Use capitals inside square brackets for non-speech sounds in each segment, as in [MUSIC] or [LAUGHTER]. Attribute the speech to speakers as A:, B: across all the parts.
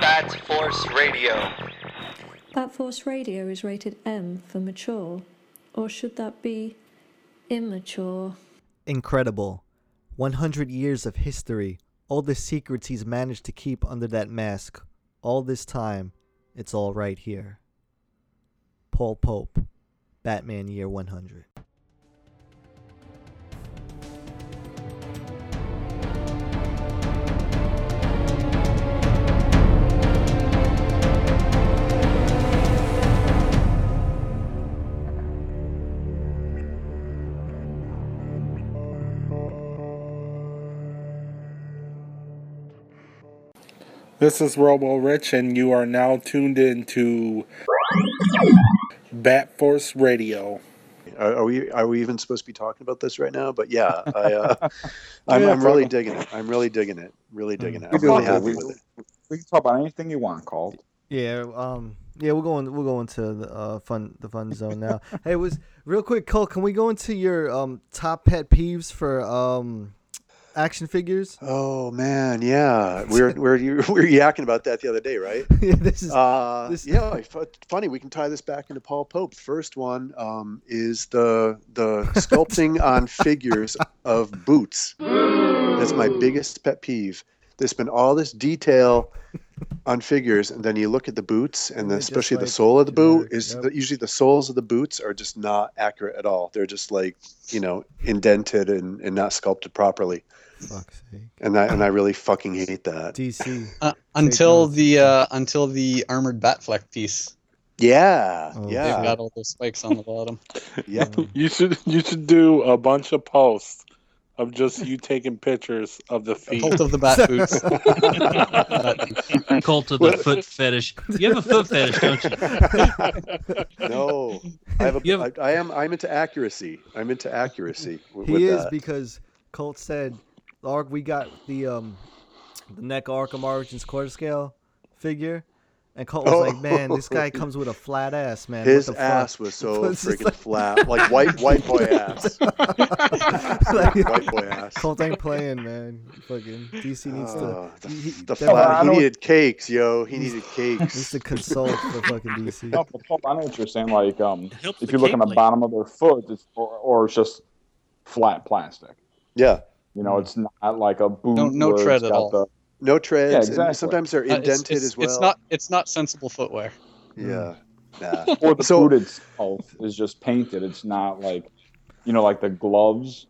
A: That's Force Radio.
B: That Force Radio is rated M for mature, or should that be immature?
C: Incredible. 100 years of history, all the secrets he's managed to keep under that mask. All this time, it's all right here. Paul Pope, Batman Year 100.
D: This is Robo Rich, and you are now tuned in to Bat Force Radio.
E: Are, are we are we even supposed to be talking about this right now? But yeah, I,
F: [LAUGHS]
E: uh, I'm, I'm really digging it. I'm really digging it. Really digging it.
F: Mm,
E: I'm
F: We do
E: really
F: have-
E: happy with it.
F: We can talk about anything you want, Colt.
C: Yeah, um, yeah, we'll go in, we'll go into the uh, fun the [LAUGHS] fun zone now. hey, was real quick, Cole. Can we go into your um, top pet peeves for um, action figures?
E: Oh man, yeah. We were we were, you, [LAUGHS] we were yakking about that the other day, right?
C: [LAUGHS] yeah, this is
E: Uh,
C: This-
E: yeah, f- funny. We can tie this back into Paul Pope. First one um, is the
C: [LAUGHS]
E: the sculpting on figures of boots. That's my biggest pet peeve. There's been all this detail on figures, and then you look at the boots, and
C: They're
E: then
C: just
E: especially
C: like
E: the sole of the boot
C: generic,
E: is
C: yep.
E: the, usually the soles of the boots are just not accurate at all. They're just like you know indented and, and not sculpted properly,
C: fuck's sake.
E: and I and I really fucking hate
C: [LAUGHS]
E: that.
C: DC.
G: Uh, until
C: notes.
G: the uh, until the armored Batfleck piece,
E: Yeah,
C: Oh,
G: they've
E: yeah,
G: got all those spikes on
E: [LAUGHS]
G: the bottom.
E: yeah.
C: Um,
D: You should you should do a bunch of posts of just you taking pictures of the
G: The
D: feet.
G: cult of the
E: [LAUGHS]
G: bat boots. [LAUGHS]
H: Cult of the foot fetish. You have a
E: [LAUGHS]
H: foot fetish, don't you?
E: no, I have a,
H: You have-
E: I, I am. I'm into accuracy. I'm into accuracy. With,
C: He
E: with
C: is
E: that.
C: because Colt said, "Arc, we got the um, the neck Arkham Origins quarter scale figure," and Colt was like, "Man, this guy comes with a flat ass, man."
E: Oh. his
C: what the [LAUGHS]
E: ass was so
C: It's just
E: freaking
C: like-
E: flat, like white
C: [LAUGHS]
E: white boy ass.
C: Fuck? like,
E: White boy ass.
C: Colt ain't playing, man. Fucking DC needs to.
E: Uh,
C: he- he-
E: the the
C: that was-
F: I
E: flat. He
F: don't-
E: needed cakes, yo. He
C: He's-
E: needed
C: needs
E: cakes.
C: to consult for fucking
F: [LAUGHS]
C: DC.
F: No, but Colt, I know what you're saying. Like, um,
H: It helps
F: if
H: the
F: you look on
H: cake
F: the
H: light.
F: bottom of their foot, it's, or, or it's just flat plastic.
E: Yeah,
F: You know, it's not like a boot.
G: No- no
F: where it's
G: tread at
F: got
G: all.
F: the-
E: no treads.
F: Yeah,
E: And
F: exactly.
E: sometimes they're
G: Uh,
E: indented
G: it's, it's-
E: as well.
G: it's not it's not sensible footwear.
E: Yeah.
C: Hmm.
G: [LAUGHS]
E: Nah.
F: or the
E: So-
F: boot itself is just painted. It's not like, you know, like the gloves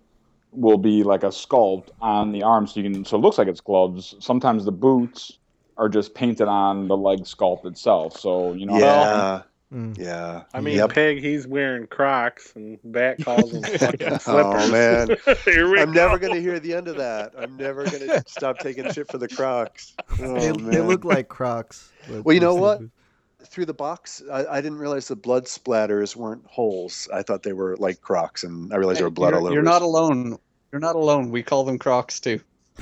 F: will be like a sculpt on the arm, so you can so it looks like it's gloves. Sometimes the boots are just painted on the leg sculpt itself. So you know,
E: Yeah.
C: Mm.
E: Yeah.
D: I mean,
E: Yep.
D: Pig, he's wearing Crocs, and Bat calls
E: [LAUGHS]
D: him fucking slippers.
E: Oh man.
D: [LAUGHS] Here we
E: I'm never
D: go.
E: gonna hear the end of that. I'm never gonna stop taking shit for the Crocs. Oh,
C: [LAUGHS] They,
E: man.
C: they look like Crocs. but
E: Well, you
C: they're
E: know what?
C: sneakers.
E: through the box, I, I didn't realize the blood splatters weren't holes. I thought they were like crocs, and I realized there were blood
G: you're,
E: all over.
G: you're
E: it.
G: not alone. You're not alone. We call them Crocs too.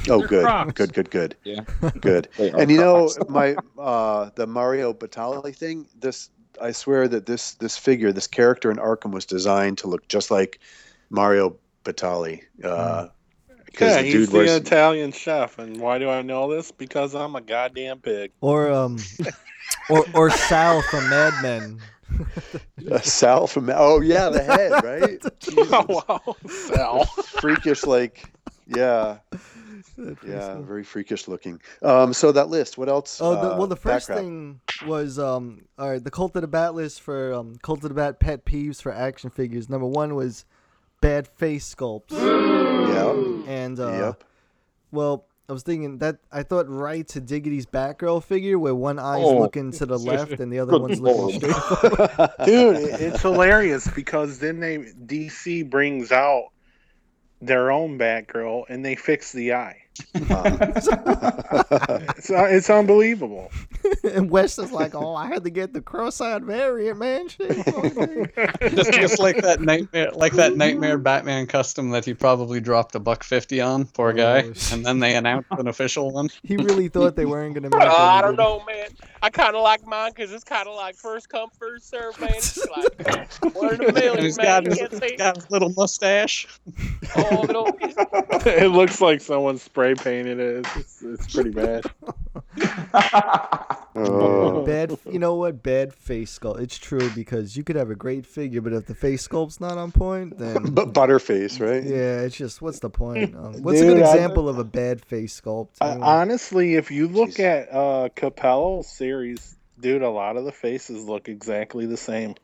E: Oh,
H: They're
E: good,
H: Crocs.
E: good, good, good,
F: Yeah.
G: [LAUGHS]
E: good.
F: they are
E: and you know,
F: Crocs.
E: my uh, the Mario Batali thing. This, I swear that this this figure, this character in Arkham, was designed to look just like Mario Batali. Uh,
G: Hmm.
E: because
D: Yeah,
E: the
D: he's
E: dude
D: the
E: was
D: Italian chef, and why do I know this? Because I'm a goddamn
E: [LAUGHS]
D: pig. [LAUGHS]
C: Or um, or or Sal from Mad Men.
E: uh, Sal from. Oh yeah, the
D: [LAUGHS]
E: head,
G: [LAUGHS]
E: right? Jesus.
D: wow, Oh, Sal.
E: Freakish, like, yeah. Yeah, very freakish looking. Um, so that list. What else?
C: Oh, the,
E: uh,
C: well, the first
E: background?
C: thing was um, all right, the Cult of the Bat list for um, Cult of the Bat pet peeves for action figures. Number one was bad face sculpts, [LAUGHS]
E: Yeah.
C: and uh,
E: yep.
C: well, I was thinking that I thought right to Diggity's Batgirl figure, where one eye's
F: Oh.
C: looking to the left and the other
F: Good
C: one's looking
F: lord.
C: straight. [LAUGHS]
D: dude it- it's hilarious because then they dc brings out their own batgirl and they fix the eye it's, it's unbelievable
C: and West is like, "Oh, I had to get the cross-eyed variant, man." [LAUGHS] Shit, fuck me."
G: Just, just like that nightmare, like that nightmare Batman custom that he probably dropped a buck fifty on. Poor guy.
C: Oh, shit.
G: And then they announced an official one.
C: he really thought they weren't gonna make.
I: Uh, I
C: anybody.
I: don't know, man. I kind of like mine because it's kind of like first come, first serve, man. It's like one in a
G: And
I: million,
G: he's
I: man.
G: got
I: You
G: his,
I: can't say
G: got his little mustache.
I: oh,
E: [LAUGHS]
I: little,
D: it looks like someone spray painted it it's, it's pretty bad
F: Crocs.
E: Oh.
D: [LAUGHS]
C: Bad, you know what? Bad face sculpt. It's true because you could have a great figure, but if the face sculpt's not on point,
D: [LAUGHS]
C: then
E: [LAUGHS] but Butterface, right?
C: yeah, it's just what's the point? Um, what's a
D: Dude,
C: good
D: I-
C: example of a bad face sculpt?
D: I,
C: anyway?
D: honestly, if you look
E: Jeez.
D: at uh, Capello series, dude, a lot of the faces look exactly the same.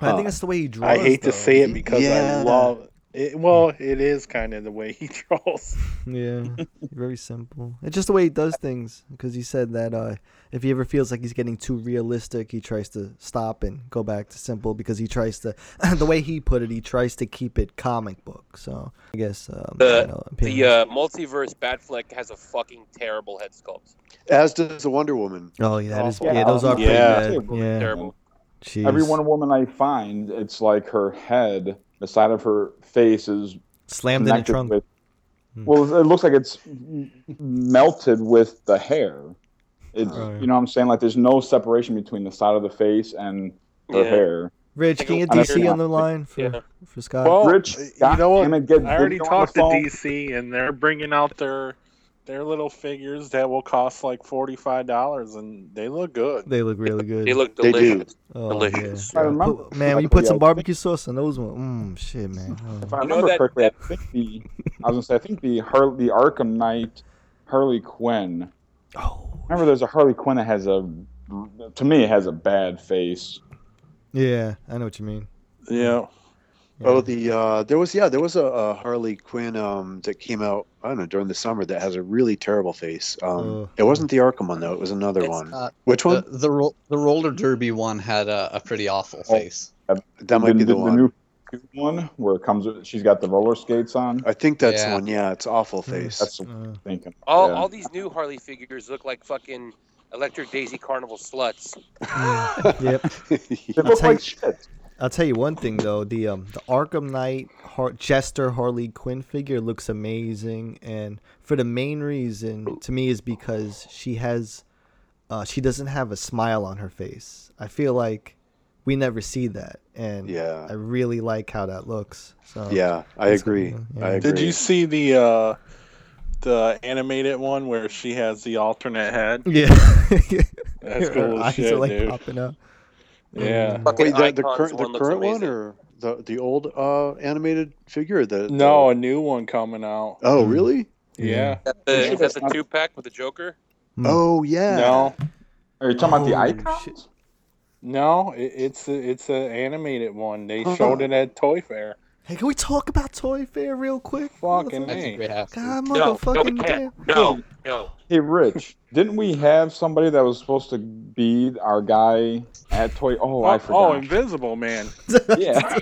C: I think that's the way he draws.
D: I hate
C: though.
D: to say it because
E: Yeah.
D: I love it. Well, it is kind of the way he draws.
C: [LAUGHS] Yeah, very simple. It's just the way he does things. Because he said that uh, if he ever feels like he's getting too realistic, he tries to stop and go back to simple. Because he tries to, [LAUGHS] the way he put it, he tries to keep it comic book. So I guess um,
I: The-
C: you know,
I: The uh, multiverse Batfleck has a fucking terrible head sculpt.
E: As does the Wonder Woman.
C: oh yeah, that is,
F: Yeah.
C: yeah, those are pretty
F: Yeah.
C: bad. Yeah,
I: Terrible.
C: Jeez.
F: Every one woman I find, it's like her head, the side of her face is
C: slammed in the
F: connected
C: trunk.
F: with.
C: Hmm.
F: Well, it looks like it's m- melted with the hair. It's
C: Right.
F: you know what I'm saying like there's no separation between the side of the face and her
I: Yeah.
F: hair.
C: Rich,
I: Like
C: can
I: a
C: you
F: weird-
C: DC on the line for
I: Yeah.
C: for Scott?
D: Well,
F: Uh, Rich,
D: you
F: God
D: know what?
F: damn it, get
D: I already
F: video on
D: talked to
F: the phone.
D: DC, and they're bringing out their their little figures that will cost like forty five dollars, and they look good.
C: they look really good.
I: They look
E: They do.
I: delicious.
C: oh,
I: delicious.
C: yeah.
F: I remember
C: Put- man, when you
F: correctly,
C: put some
F: I think-
C: barbecue sauce on those ones. Mm, shit, man. Oh.
F: [LAUGHS] If I
I: You know
F: remember
I: that-
F: correctly, I think the I was gonna say I think the Har- the Arkham Knight Harley Quinn.
C: Oh.
F: Remember, there's a Harley Quinn that has a to me it has a bad face.
C: Yeah, I know what you mean.
D: Yeah,
C: Yeah.
E: Oh, the uh, there was yeah, there was a, a Harley Quinn um, that came out I don't know during the summer that has a really terrible face. Um,
C: Ugh.
E: it wasn't the Arkham one though; it was another
G: It's
E: one.
G: not-
E: Which
G: The,
E: one?
G: the, ro- the roller derby one had a, a pretty awful
E: Oh.
G: face.
E: that might be the, one.
F: new one where it comes. with- She's got the roller skates on.
E: I think that's the
G: Yeah.
E: one. Yeah, it's awful
C: Yeah.
E: face.
F: That's what
C: Uh,
F: I'm thinking.
I: All,
F: Yeah.
I: all these new Harley figures look like fucking Electric Daisy Carnival sluts.
C: Uh, yep.
F: They
C: I'll
F: look
C: tell
F: like
C: you-
F: shit.
C: I'll tell you one thing though. The um the Arkham Knight Har- Jester Harley Quinn figure looks amazing, and for the main reason to me is because she has, uh, she doesn't have a smile on her face. I feel like we never see that, and
E: Yeah.
C: I really like how that looks. So
E: [LAUGHS] yeah, I
C: That's
E: agree.
C: good, yeah.
E: I agree.
D: Did you see the uh, the animated one where she has the alternate head?
C: [LAUGHS] yeah,
F: [LAUGHS]
D: That's
C: Her
D: cool as
C: eyes
D: shit,
C: are like
D: dude.
C: popping up. Mm-hmm.
D: Yeah.
I: Fucking
E: Wait, the, the,
I: Icons
E: current the
I: one looks
E: current one
I: amazing.
E: or the the old uh, animated figure? or The
D: No,
E: the-
D: a new one coming out.
E: Oh really?
D: Yeah.
I: Is that
F: They
I: the,
F: should
I: is that
F: have
I: the two pack with the Joker?
C: Hmm.
E: Oh yeah.
D: No,
F: Are you talking about the
C: Oh,
F: icons?
C: shit.
D: no, it, it's a, it's an animated one. They
E: Huh.
D: showed it at Toy Fair.
C: Hey, can we talk about Toy Fair real quick?
D: Fucking
G: I
C: Motherfucker.
G: think we have to.
C: God,
I: No, no, we
C: motherfucking damn.
I: can't. No, no.
F: Hey, Rich, didn't we have somebody that was supposed to be our guy at Toy? Oh, I
D: oh,
F: forgot.
D: Invisible Man.
F: yeah.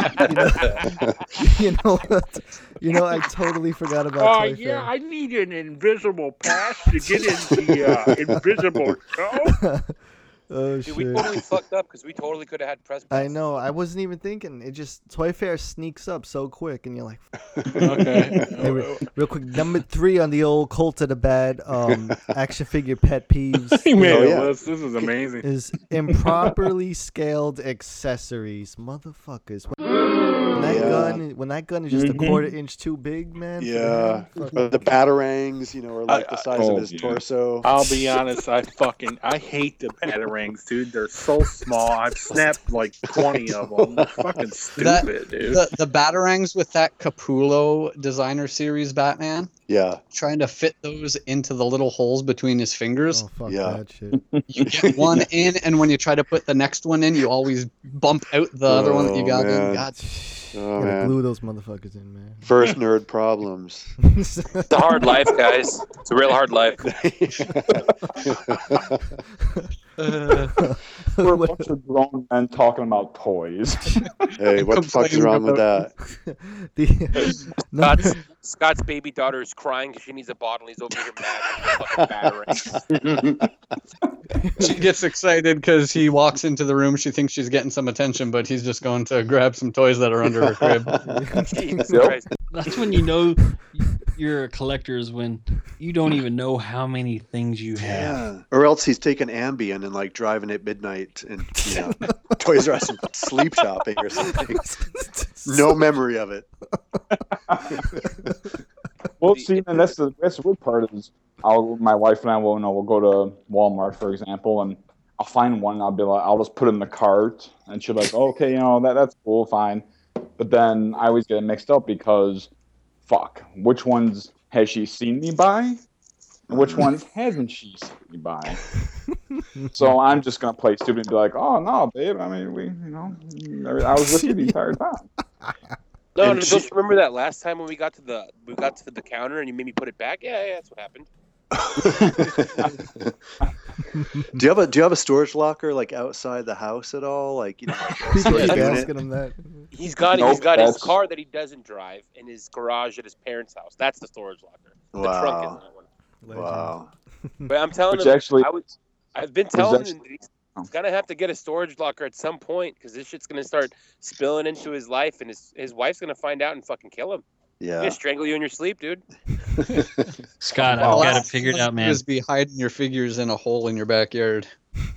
C: [LAUGHS] you know, what? you know, I totally forgot about
A: Oh,
C: Toy
A: yeah,
C: Fair.
A: I need an invisible pass to get in the uh, invisible show.
D: [LAUGHS]
C: oh
I: Dude, we
C: shit!
I: totally fucked up because we totally could have had press.
C: I know. I wasn't even thinking. It just Toy Fair sneaks up so quick, and you're
E: [LAUGHS]
C: like, [LAUGHS] Hey,
D: Okay.
C: re- real quick. Number three on the old Colt of the Bad
E: [LAUGHS]
C: um, action figure pet peeves
D: he made
E: Oh,
D: a
E: yeah.
D: list. This is amazing.
C: is improperly scaled accessories, motherfuckers. When
E: [LAUGHS]
C: when that
E: Yeah. Mm-hmm.
C: gun, when that gun is just a quarter inch too big, man. Oh, for the
E: Yeah.
C: hand,
E: Uh, The batarangs, you know, are like
D: I-
E: the size
F: oh,
E: of his
F: yeah.
E: torso.
D: I'll be honest. I fucking I hate the batarangs, dude. They're so small. I've snapped like twenty of them. They're fucking
G: That-
D: stupid, dude.
G: The, the Batarangs with that Capullo designer series Batman,
E: Yeah.
G: trying to fit those into the little holes between his fingers.
C: Oh fuck
E: Yeah.
C: that shit.
G: You get one in, and when you try to put the next one in, you always bump out the other one that you
E: Oh,
G: got
E: man.
G: in. God,
E: [LAUGHS] Oh,
C: Gotta
E: man.
C: glue those motherfuckers in, man. [LAUGHS]
E: First nerd problems. [LAUGHS]
I: It's a hard life, guys. It's a real hard
F: [LAUGHS]
I: life.
F: We're a
C: What-
F: bunch of grown men talking about toys.
E: hey, what the fuck's wrong with that? [LAUGHS]
C: the no, [LAUGHS]
I: Scott's, Scott's baby daughter is crying because she needs a bottle. He's over here mad. at the fucking
F: [LAUGHS]
I: batarang.
G: she gets excited because he walks into the room. She thinks she's getting some attention, but he's just going to grab some toys that are under
E: [LAUGHS]
G: her crib.
I: Jesus
F: Yep.
I: Christ.
H: That's when you know you're a collector is when you don't even know how many things you have.
E: Yeah. Or else he's taking Ambien and like driving at midnight and you know, [LAUGHS] Toys R Us and sleep shopping or something. No memory of it.
F: Well,
I: the-
F: see, and that's the that's the weird part is I'll my wife and I will you know we'll go to Walmart for example, and I'll find one. And I'll be like, I'll just put it in the cart, and she'll be like, "Oh, okay, you know that that's cool, fine. But then I always get it mixed up because, fuck, which ones has she seen me buy, and which
I: [LAUGHS]
F: ones hasn't she seen me buy? so I'm just gonna play stupid and be like, oh no, babe, I mean we, you know, I was with you the entire time.
I: No,
F: And
I: no,
F: she-
I: don't you remember that last time when we got to the we got to the counter and you made me put it back? Yeah, yeah, that's what happened.
E: [LAUGHS] do you have a do you have a storage locker like outside the house at all? Like you know,
C: People
E: storage
C: keep
E: unit?
C: asking him that.
I: He's got
F: Nope,
I: he's got his
F: that's-
I: car that he doesn't drive in his garage at his parents' house. That's the storage locker. The trunk is
E: Wow,
I: that one.
E: wow.
I: But I'm telling
F: Which
I: him,
F: actually,
I: I would, I've been telling
F: actually-
I: him that he's, he's gonna have to get a storage locker at some point because this shit's gonna start spilling into his life, and his his wife's gonna find out and fucking kill him. She's
E: Yeah.
I: Gonna strangle you in your sleep, dude.
H: Scott,
F: Wow.
H: I've got
F: Last
H: it figured out, man.
G: Just be hiding your figures in a hole in your backyard.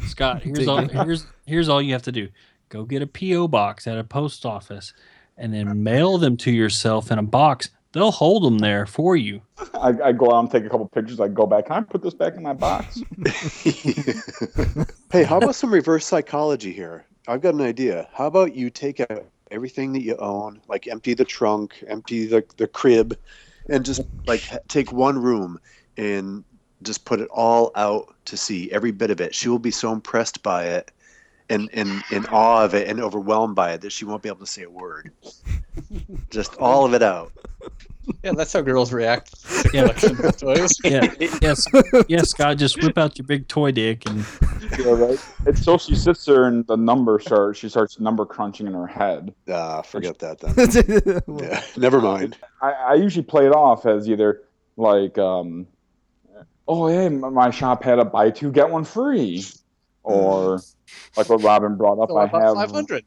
H: Scott, here's
C: Dig
H: all
C: it.
H: here's here's all you have to do. Go get a PO box at a post office, and then mail them to yourself in a box. They'll hold them there for you.
F: I, I go out and take a couple pictures. I go back. Can I put this back in my box?
E: [LAUGHS] hey, how about some reverse psychology here? I've got an idea. How about you take out everything that you own, like empty the trunk, empty the, the crib, and just like ha- take one room and just put it all out to see every bit of it. She will be so impressed by it and in in awe of it and overwhelmed by it that she won't be able to say a word. Just all of it out.
G: Yeah, that's how girls react to collection of
H: [LAUGHS]
G: toys.
E: [LAUGHS]
H: Yeah, yes, yes, Scott. Just whip out your big toy dick and
F: Yeah, right. It's so she sits there and the number starts. She starts number crunching in her head.
E: Ah, forget that then.
C: [LAUGHS] Wow.
E: Yeah, [LAUGHS] never mind.
F: I, I usually play it off as either like, um, oh hey, my my shop had a buy two get one free, or like what Robin brought up.
G: So
F: I
G: about
F: have
G: 500.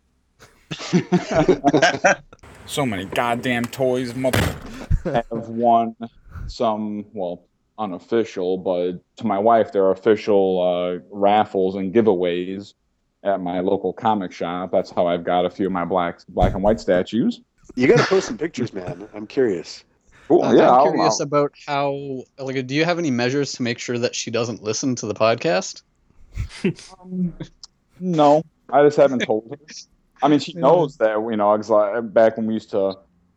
J: So many goddamn toys, mother.
F: have won some well unofficial but to my wife they're official uh, raffles and giveaways at my local comic shop that's how i've got a few of my black black and white statues
E: You got to post some pictures, man. I'm curious.
F: cool
G: Uh,
F: yeah
G: I'm
F: I'll-
G: curious
F: I'll-
G: about how. Like, do you have any measures to make sure that she doesn't listen to
E: [LAUGHS]
G: the podcast?
F: no i just haven't told her i mean she knows that you know 'cause, like, back when we used to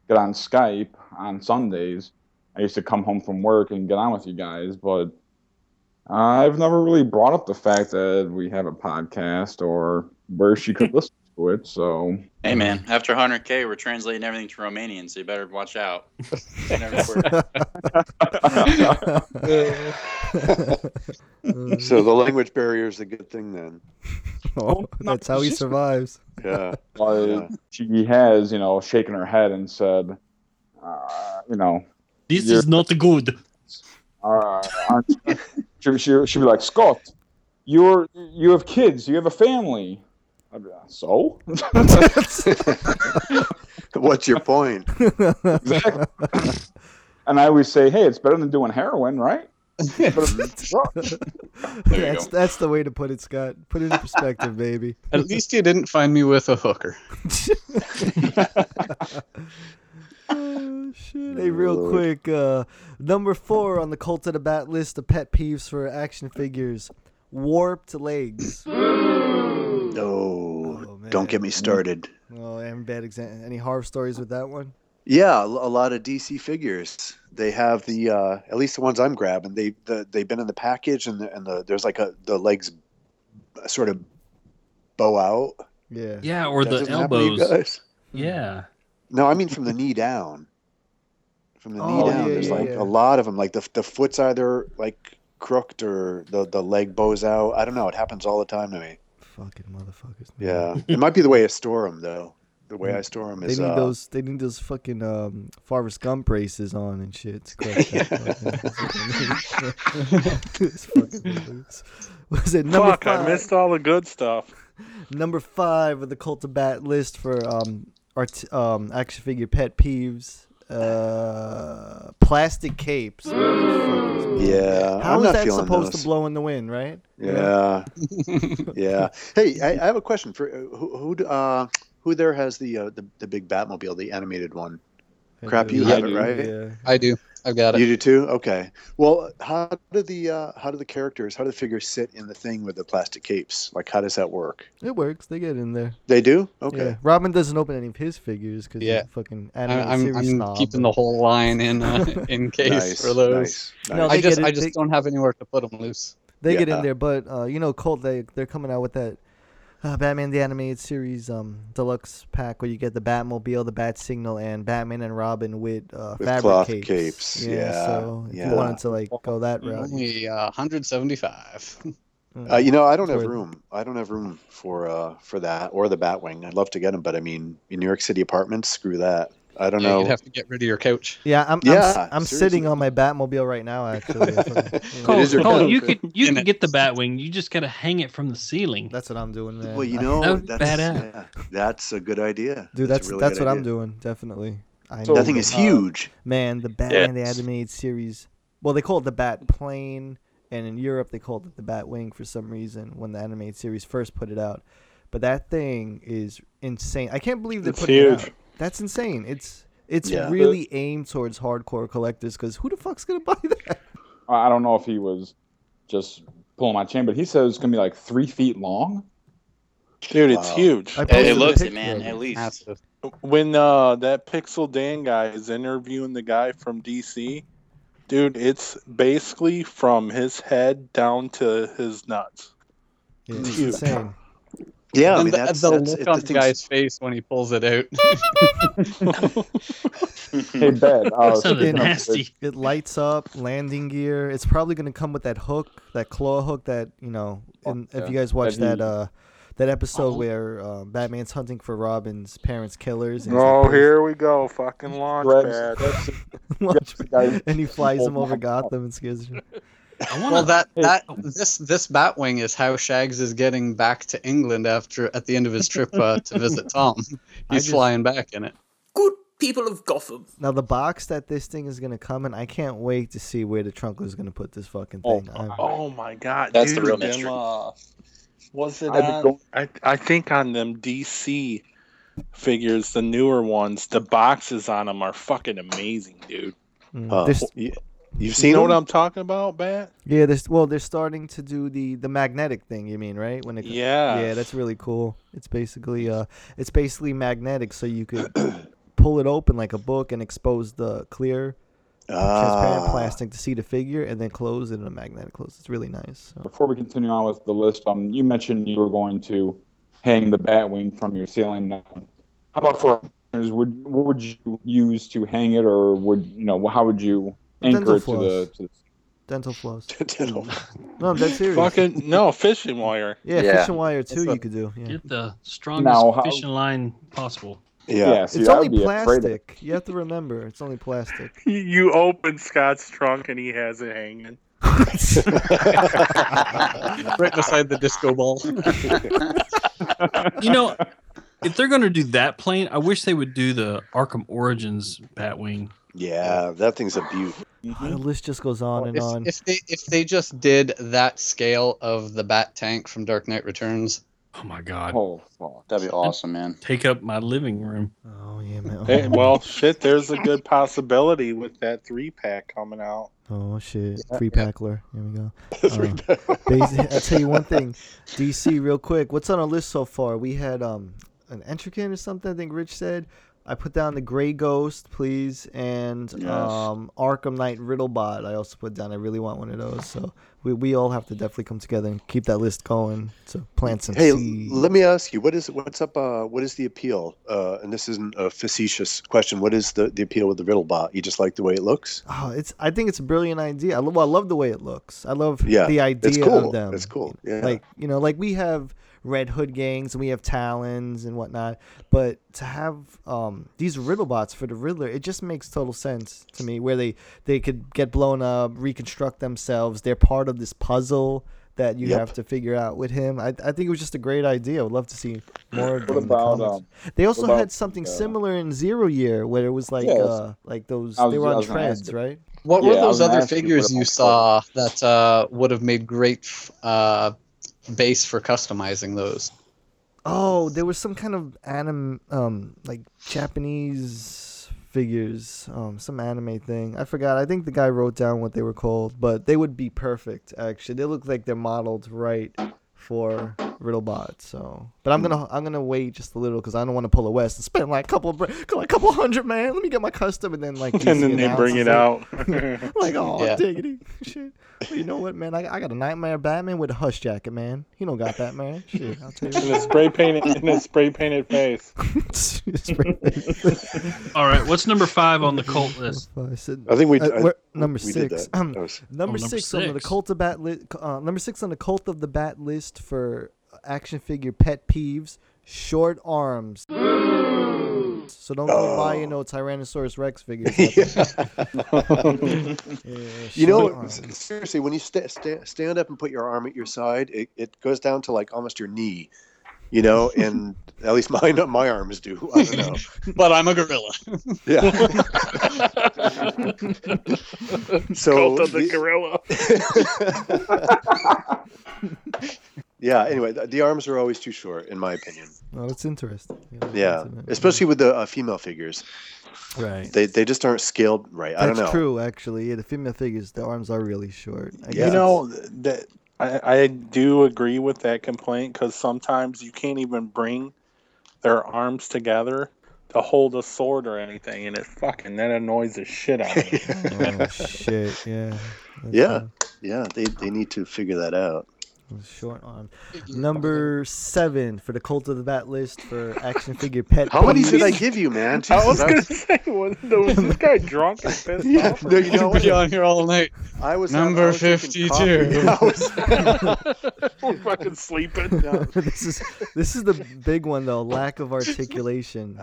F: get on skype on sundays i used to come home from work and get on with you guys but I've never really brought up the fact that we have a podcast or where she could listen to it. So
K: Hey man, after 100k, we're translating everything to Romanian, so you better watch out. You never were-
E: So oh, the language barrier is a good thing then.
C: That's how he
E: [LAUGHS]
C: survives.
E: Yeah.
F: like,
E: Yeah.
F: she has, you know, shaken her head and said, uh, you know,
H: this
F: You're-
H: is not
E: [LAUGHS]
H: good.
F: uh, aren't you-" she, she, she'd be like, Scott, you're you have kids, you have a family. I'd be like, so [LAUGHS]
E: What's your point?
C: [LAUGHS]
F: Exactly. and I always say, hey, it's better than doing heroin, right? But it's
K: you
C: that's
K: go.
C: that's the way to put it, Scott. Put it in perspective,
E: [LAUGHS]
C: baby.
G: At least you didn't find me with a hooker.
C: Oh, shit. Hey, real
E: Lord.
C: quick. Uh, number four on the Cult of the Bat list of pet peeves for action figures warped legs.
E: No.
C: Oh, man.
E: Don't get me started.
C: Oh, any bad exa- any horror stories with that one?
E: Yeah, a a lot of DC figures. They have the uh, at least the ones I'm grabbing. They the, they've been in the package and the, and the there's like a the legs uh, sort of bow out.
C: Yeah.
H: Yeah, or
E: That
H: the
E: doesn't happen to you
H: elbows.
E: guys?
H: Yeah,
E: No, I mean from the knee down. From the
C: Oh,
E: knee down,
C: yeah,
E: there's
C: yeah,
E: like
C: yeah.
E: a lot of them. Like the the foot's either like crooked or the the leg bows out. I don't know. It happens all the time to me.
C: Fucking motherfuckers. man.
E: Yeah, [LAUGHS] it might be the way I store them though. The way I store them
C: Mm. They
E: is
C: need
E: uh,
C: those. They need those fucking um, Forrest Gump braces on and shit. to
E: [LAUGHS]
C: correct that fucking- [LAUGHS] It's fucking loose. Was it number
D: Fuck,
C: five?
D: I missed all the good stuff.
C: Number five of the cult of bat list for um, art, um, action figure pet peeves. Uh, plastic capes. Motherfuckers, man.
E: Yeah,
C: How
E: I'm
C: is
E: not
C: that
E: feeling
C: supposed
E: those.
C: to blow in the wind, right?
E: Yeah,
C: [LAUGHS]
E: yeah. Hey, I, I have a question for uh, who who d- uh, who there has the, uh, the the big Batmobile, the animated one. Crap, you
F: Yeah,
E: have it
F: dude.
E: right.
C: Yeah.
G: I do. I've got it.
E: You do too. Okay. Well, how do the uh, how do the characters, how do the figures sit in the thing with the plastic capes? Like, how does that work?
C: It works. They get in there.
E: They do. Okay.
C: Yeah. Robin doesn't open any of his figures because
G: Yeah.
C: he's a fucking
G: I-
C: anime
G: I'm,
C: series
G: I'm,
C: snob.
G: keeping the whole line in
E: [LAUGHS]
G: uh, in case
E: Nice,
G: for those.
E: nice, nice.
C: No,
G: I
C: they
G: just
C: get it-
G: I just
C: they-
G: don't have anywhere to put them loose.
C: They get
E: Yeah.
C: in there, but uh, you know, Colt. They they're coming out with that uh, Batman the Animated Series um, deluxe pack where you get the Batmobile, the Bat Signal, and Batman and Robin with, uh,
E: With
C: fabric
E: cloth
C: capes.
E: capes, yeah,
C: So if
E: yeah. Mm-hmm.
C: you wanted to like go that route, you-
G: Only uh, 175.
E: Uh, you know, I don't have
C: Toward-
E: room. I don't have room for uh, for that or the Batwing. I'd love to get them, but I mean, in New York City apartments, screw that. I don't
G: Yeah,
E: know.
G: You'd have to get rid of your couch.
C: yeah, I'm I'm, s-
E: Yeah,
C: I'm
E: seriously.
C: sitting on my Batmobile right now
E: [LAUGHS]
C: actually. if I'm- you know,
H: Cole,
E: is your
H: Cole,
E: coat.
H: you can you
G: In
H: can
G: it.
H: get the Batwing. You just gotta hang it from the ceiling.
C: that's what I'm doing. Man.
E: well, you
G: uh,
C: I-
E: know,
H: That would be
E: that's
H: badass.
E: yeah, that's a good idea,
C: dude,
E: a
C: that's
E: really
C: that's
E: good
C: what I'm
E: idea.
C: doing definitely. I
F: So-
C: know
E: That thing
C: that-
E: is
F: Uh,
E: huge.
C: Man, the Batman
K: Yes.
C: the Animated Series. Well, they call it the Bat Plane, and in Europe they called it the Bat Wing for some reason when the animated series first put it out. But that thing is insane. I can't believe they
D: It's
C: put
D: huge.
C: it out. That's insane. It's it's
E: Yeah.
C: really aimed towards hardcore collectors because who the fuck's gonna [LAUGHS] buy that?
F: I I don't know if he was just pulling my chain, but he says it's gonna be like three feet long.
D: Dude, it's
E: Wow.
D: huge.
C: I
K: It,
C: posted
K: it
C: a
K: looks it,
C: picture
K: man.
C: of
K: At least.
G: Massive.
D: when uh, that Pixel Dan guy is interviewing the guy from DC, dude, it's basically from his head down to his nuts.
C: Yeah,
D: It's
C: it's
D: huge.
C: insane.
E: Yeah, I
G: and
E: mean,
G: the,
E: that's,
G: the
E: that's
G: look
E: it,
G: on
E: the
G: the
E: thing's-
G: guy's face when he pulls it
E: [LAUGHS]
G: out.
C: [LAUGHS]
G: [LAUGHS]
K: [LAUGHS]
F: Hey,
H: [LAUGHS]
F: Ben. Uh,
H: Hmm. That sounded
F: speaking of [LAUGHS]
H: nasty.
F: which,
C: It lights up, landing gear. It's probably gonna come with that hook, that claw hook that you know. And
F: Oh, yeah.
C: if you guys watch
F: That he-
C: that
F: Oh.
C: uh, that episode where uh, Batman's hunting for Robin's parents' killers. and he's like,
D: Oh,
C: "Please
D: here we go, fucking launch
F: Greg's-
D: pad.
F: Greg's-
C: [LAUGHS]
D: [LAUGHS]
C: Watch-
F: the guy-
C: [LAUGHS] and he flies him
F: Old
C: over
F: man.
C: Gotham and scares him.
H: I wanna
G: well, that
C: [LAUGHS]
F: Hey.
G: that this this Batwing is how Shags is getting back to England after at the end of his trip
C: [LAUGHS]
G: uh, to visit Tom.
C: I
G: He's
C: just-
G: flying back in it.
L: Good people of Gotham.
C: Now the box that this thing is gonna come in, I can't wait to see where the trunk is gonna put this fucking
F: Oh,
C: thing. I'm-
D: Oh my god,
K: That's the
D: dude,
K: real
D: them,
K: mystery.
D: uh, was it
F: I've been
D: on?
F: going-
D: I I think on them DC figures, the newer ones, the boxes on them are fucking amazing, dude.
C: Mm.
E: Uh,
C: They're
D: oh.
C: s-
E: you, have
D: You
E: seen
D: know what
E: them?
D: I'm talking about, Bat?
C: yeah, this well, they're starting to do the the magnetic thing. You mean right when it? co-
D: Yeah.
C: Yeah, that's really cool. It's basically uh, it's basically magnetic, so you could [COUGHS] pull it open like a book and expose the clear transparent
E: Ah. [LAUGHS]
C: plastic to see the figure, and then close it in a magnetic close. It's really nice. So.
F: Before we continue on with the list, um, you mentioned you were going to hang the Batwing from your ceiling. Now, How about for our listeners? Would what would you use to hang it, or would you know how would you anchor
C: Dental
F: it to the? To the
C: Dental floss.
E: Dental.
C: [LAUGHS] No, that's serious.
D: Fucking no fishing wire.
C: yeah,
K: Yeah.
C: fishing wire too.
G: a-
C: you could do. Yeah.
H: Get the strongest
F: Now, how-
H: fishing line possible.
E: Yeah.
F: see,
C: it's
F: I would
C: only
F: be afraid of it.
C: plastic. You have to remember, it's only plastic.
D: [LAUGHS]
C: [LAUGHS]
D: You- You open Scott's trunk and he has it hanging.
G: [LAUGHS]
E: [LAUGHS]
G: Right beside the disco ball.
H: You know, if they're gonna do that plane, I wish they would do the Arkham Origins Batwing.
E: yeah, that thing's a beaut.
F: Mm-hmm.
C: The list just goes on and on.
G: [LAUGHS] If, if they if they just did that scale of the Bat Tank from Dark Knight Returns,
H: Oh my god.
F: Oh fuck!
K: That'd be awesome, man.
H: Take up my living room.
C: oh yeah, man. Oh,
D: Hey, well, shit, there's a good possibility with that three pack coming out.
C: oh, shit, three packler. Here we go. Uh,
E: [LAUGHS]
C: basi- I tell you one thing, DC, real quick. What's on our list so far? We had um an Entrican or something. I think Rich said. I put down the Gray Ghost, please, and
K: Yes.
C: um, Arkham Knight Riddlebot. I also put down. I really want one of those. So we, we all have to definitely come together and keep that list going to plant some
E: Hey,
C: seeds.
E: let me ask you, what is what's up? Uh, what is the appeal? Uh, and this isn't a facetious question. What is the, the appeal with the riddle bot? You just like the way it looks?
C: Oh, it's. I think it's a brilliant idea. I love. Well, I love the way it looks. I love
E: Yeah,
C: the idea
E: it's cool.
C: of them.
E: It's cool. Yeah.
C: Like you know, like we have Red Hood gangs and we have Talons and whatnot. But to have um, these Riddlebots for the Riddler, it just makes total sense to me. Where they they could get blown up, reconstruct themselves. They're part of this puzzle that you
E: Yep.
C: have to figure out with him. I, I think it was just a great idea. I would love to see more of them.
F: What
C: in the
F: about
C: comics.
F: um?
C: They also
F: about,
C: had something
F: uh,
C: similar in Zero Year where it was like
F: Yeah, that's-
C: uh like those
F: I was-
C: they were
F: I
C: on
F: was gonna ask
C: treads,
F: you.
C: right?
G: what
F: Yeah,
G: were
F: I was
G: those
F: gonna
G: other
F: ask you,
G: figures
F: what
G: you
F: about-
G: saw that uh, would have made great uh, base for customizing those?
C: Oh, there was some kind of anim um like Japanese figures, um, some anime thing. I forgot. I think the guy wrote down what they were called, but they would be perfect. Actually, they look like they're modeled right for Riddlebot. So, but I'm gonna I'm gonna wait just a little because I don't want to pull a West and spend like a couple of, br- like a couple hundred man. Let me get my custom and then
D: [LAUGHS]
C: like
D: And then
C: DC
D: they bring it
C: announces
D: out.
C: like oh
D: Yeah.
C: diggity shit. Well, you know what man? I, I got a nightmare Batman with a hush jacket man. You don't got that man. Shit, I'll tell you.
D: [LAUGHS] [LAUGHS] in a spray painted in a spray painted face.
C: [LAUGHS]
H: All right, what's number five on the cult list?
C: I said-
E: I think we- I-
C: uh, we're- number
E: we did
C: six.
E: that.
C: Um,
E: That was-
C: [CLEARS THROAT] number,
H: Oh, number
C: six, on the
H: six.
C: cult of bat. Li- uh, number six on the cult of the bat list for action figure pet peeves: short arms. So don't go buying
E: Oh.
C: no Tyrannosaurus Rex figures. [LAUGHS]
E: [LAUGHS] you know,
C: short
E: s- seriously, when you st- st- stand up and put your arm at your side, it, it goes down to like almost your knee, you know, and at least mine, [LAUGHS] my arms do. I don't know.
G: but I'm a gorilla.
E: Yeah. so
A: Cult of the
E: the-
A: gorilla.
E: [LAUGHS] yeah, anyway, the, the arms are always too short, in my opinion.
C: Oh, that's interesting.
E: Yeah, especially with the uh, female figures.
H: Right.
E: They, they just aren't scaled right. I don't
C: That's
E: know.
C: true, actually. Yeah, the female figures, the arms are really short. I
D: You
C: guess
D: know th- that I, I do agree with that complaint because sometimes you can't even bring their arms together to hold a sword or anything, and it fucking that annoys the shit out of me.
C: Oh, shit,
E: [LAUGHS]
C: yeah. That's,
E: Yeah,
C: uh,
E: yeah, they, they need to figure that out.
C: Short arm. Number seven for the cult of the bat list for action figure pet.
E: How many did I
C: peeves.
E: give you, man?
D: I was [LAUGHS]
E: Jesus, I
D: gonna say, was, was this guy drunk and pissed
E: [LAUGHS] Yeah,
D: off?
E: no, you
G: [LAUGHS]
E: know
G: Be
E: what?
G: on here all night.
E: I was
G: Number
E: I was drinking
G: 52.
E: coffee. [LAUGHS] I was-
D: [LAUGHS] We're fucking sleeping.
E: no.
C: [LAUGHS] this is this is the big one though. Lack of
E: [LAUGHS]
C: articulation.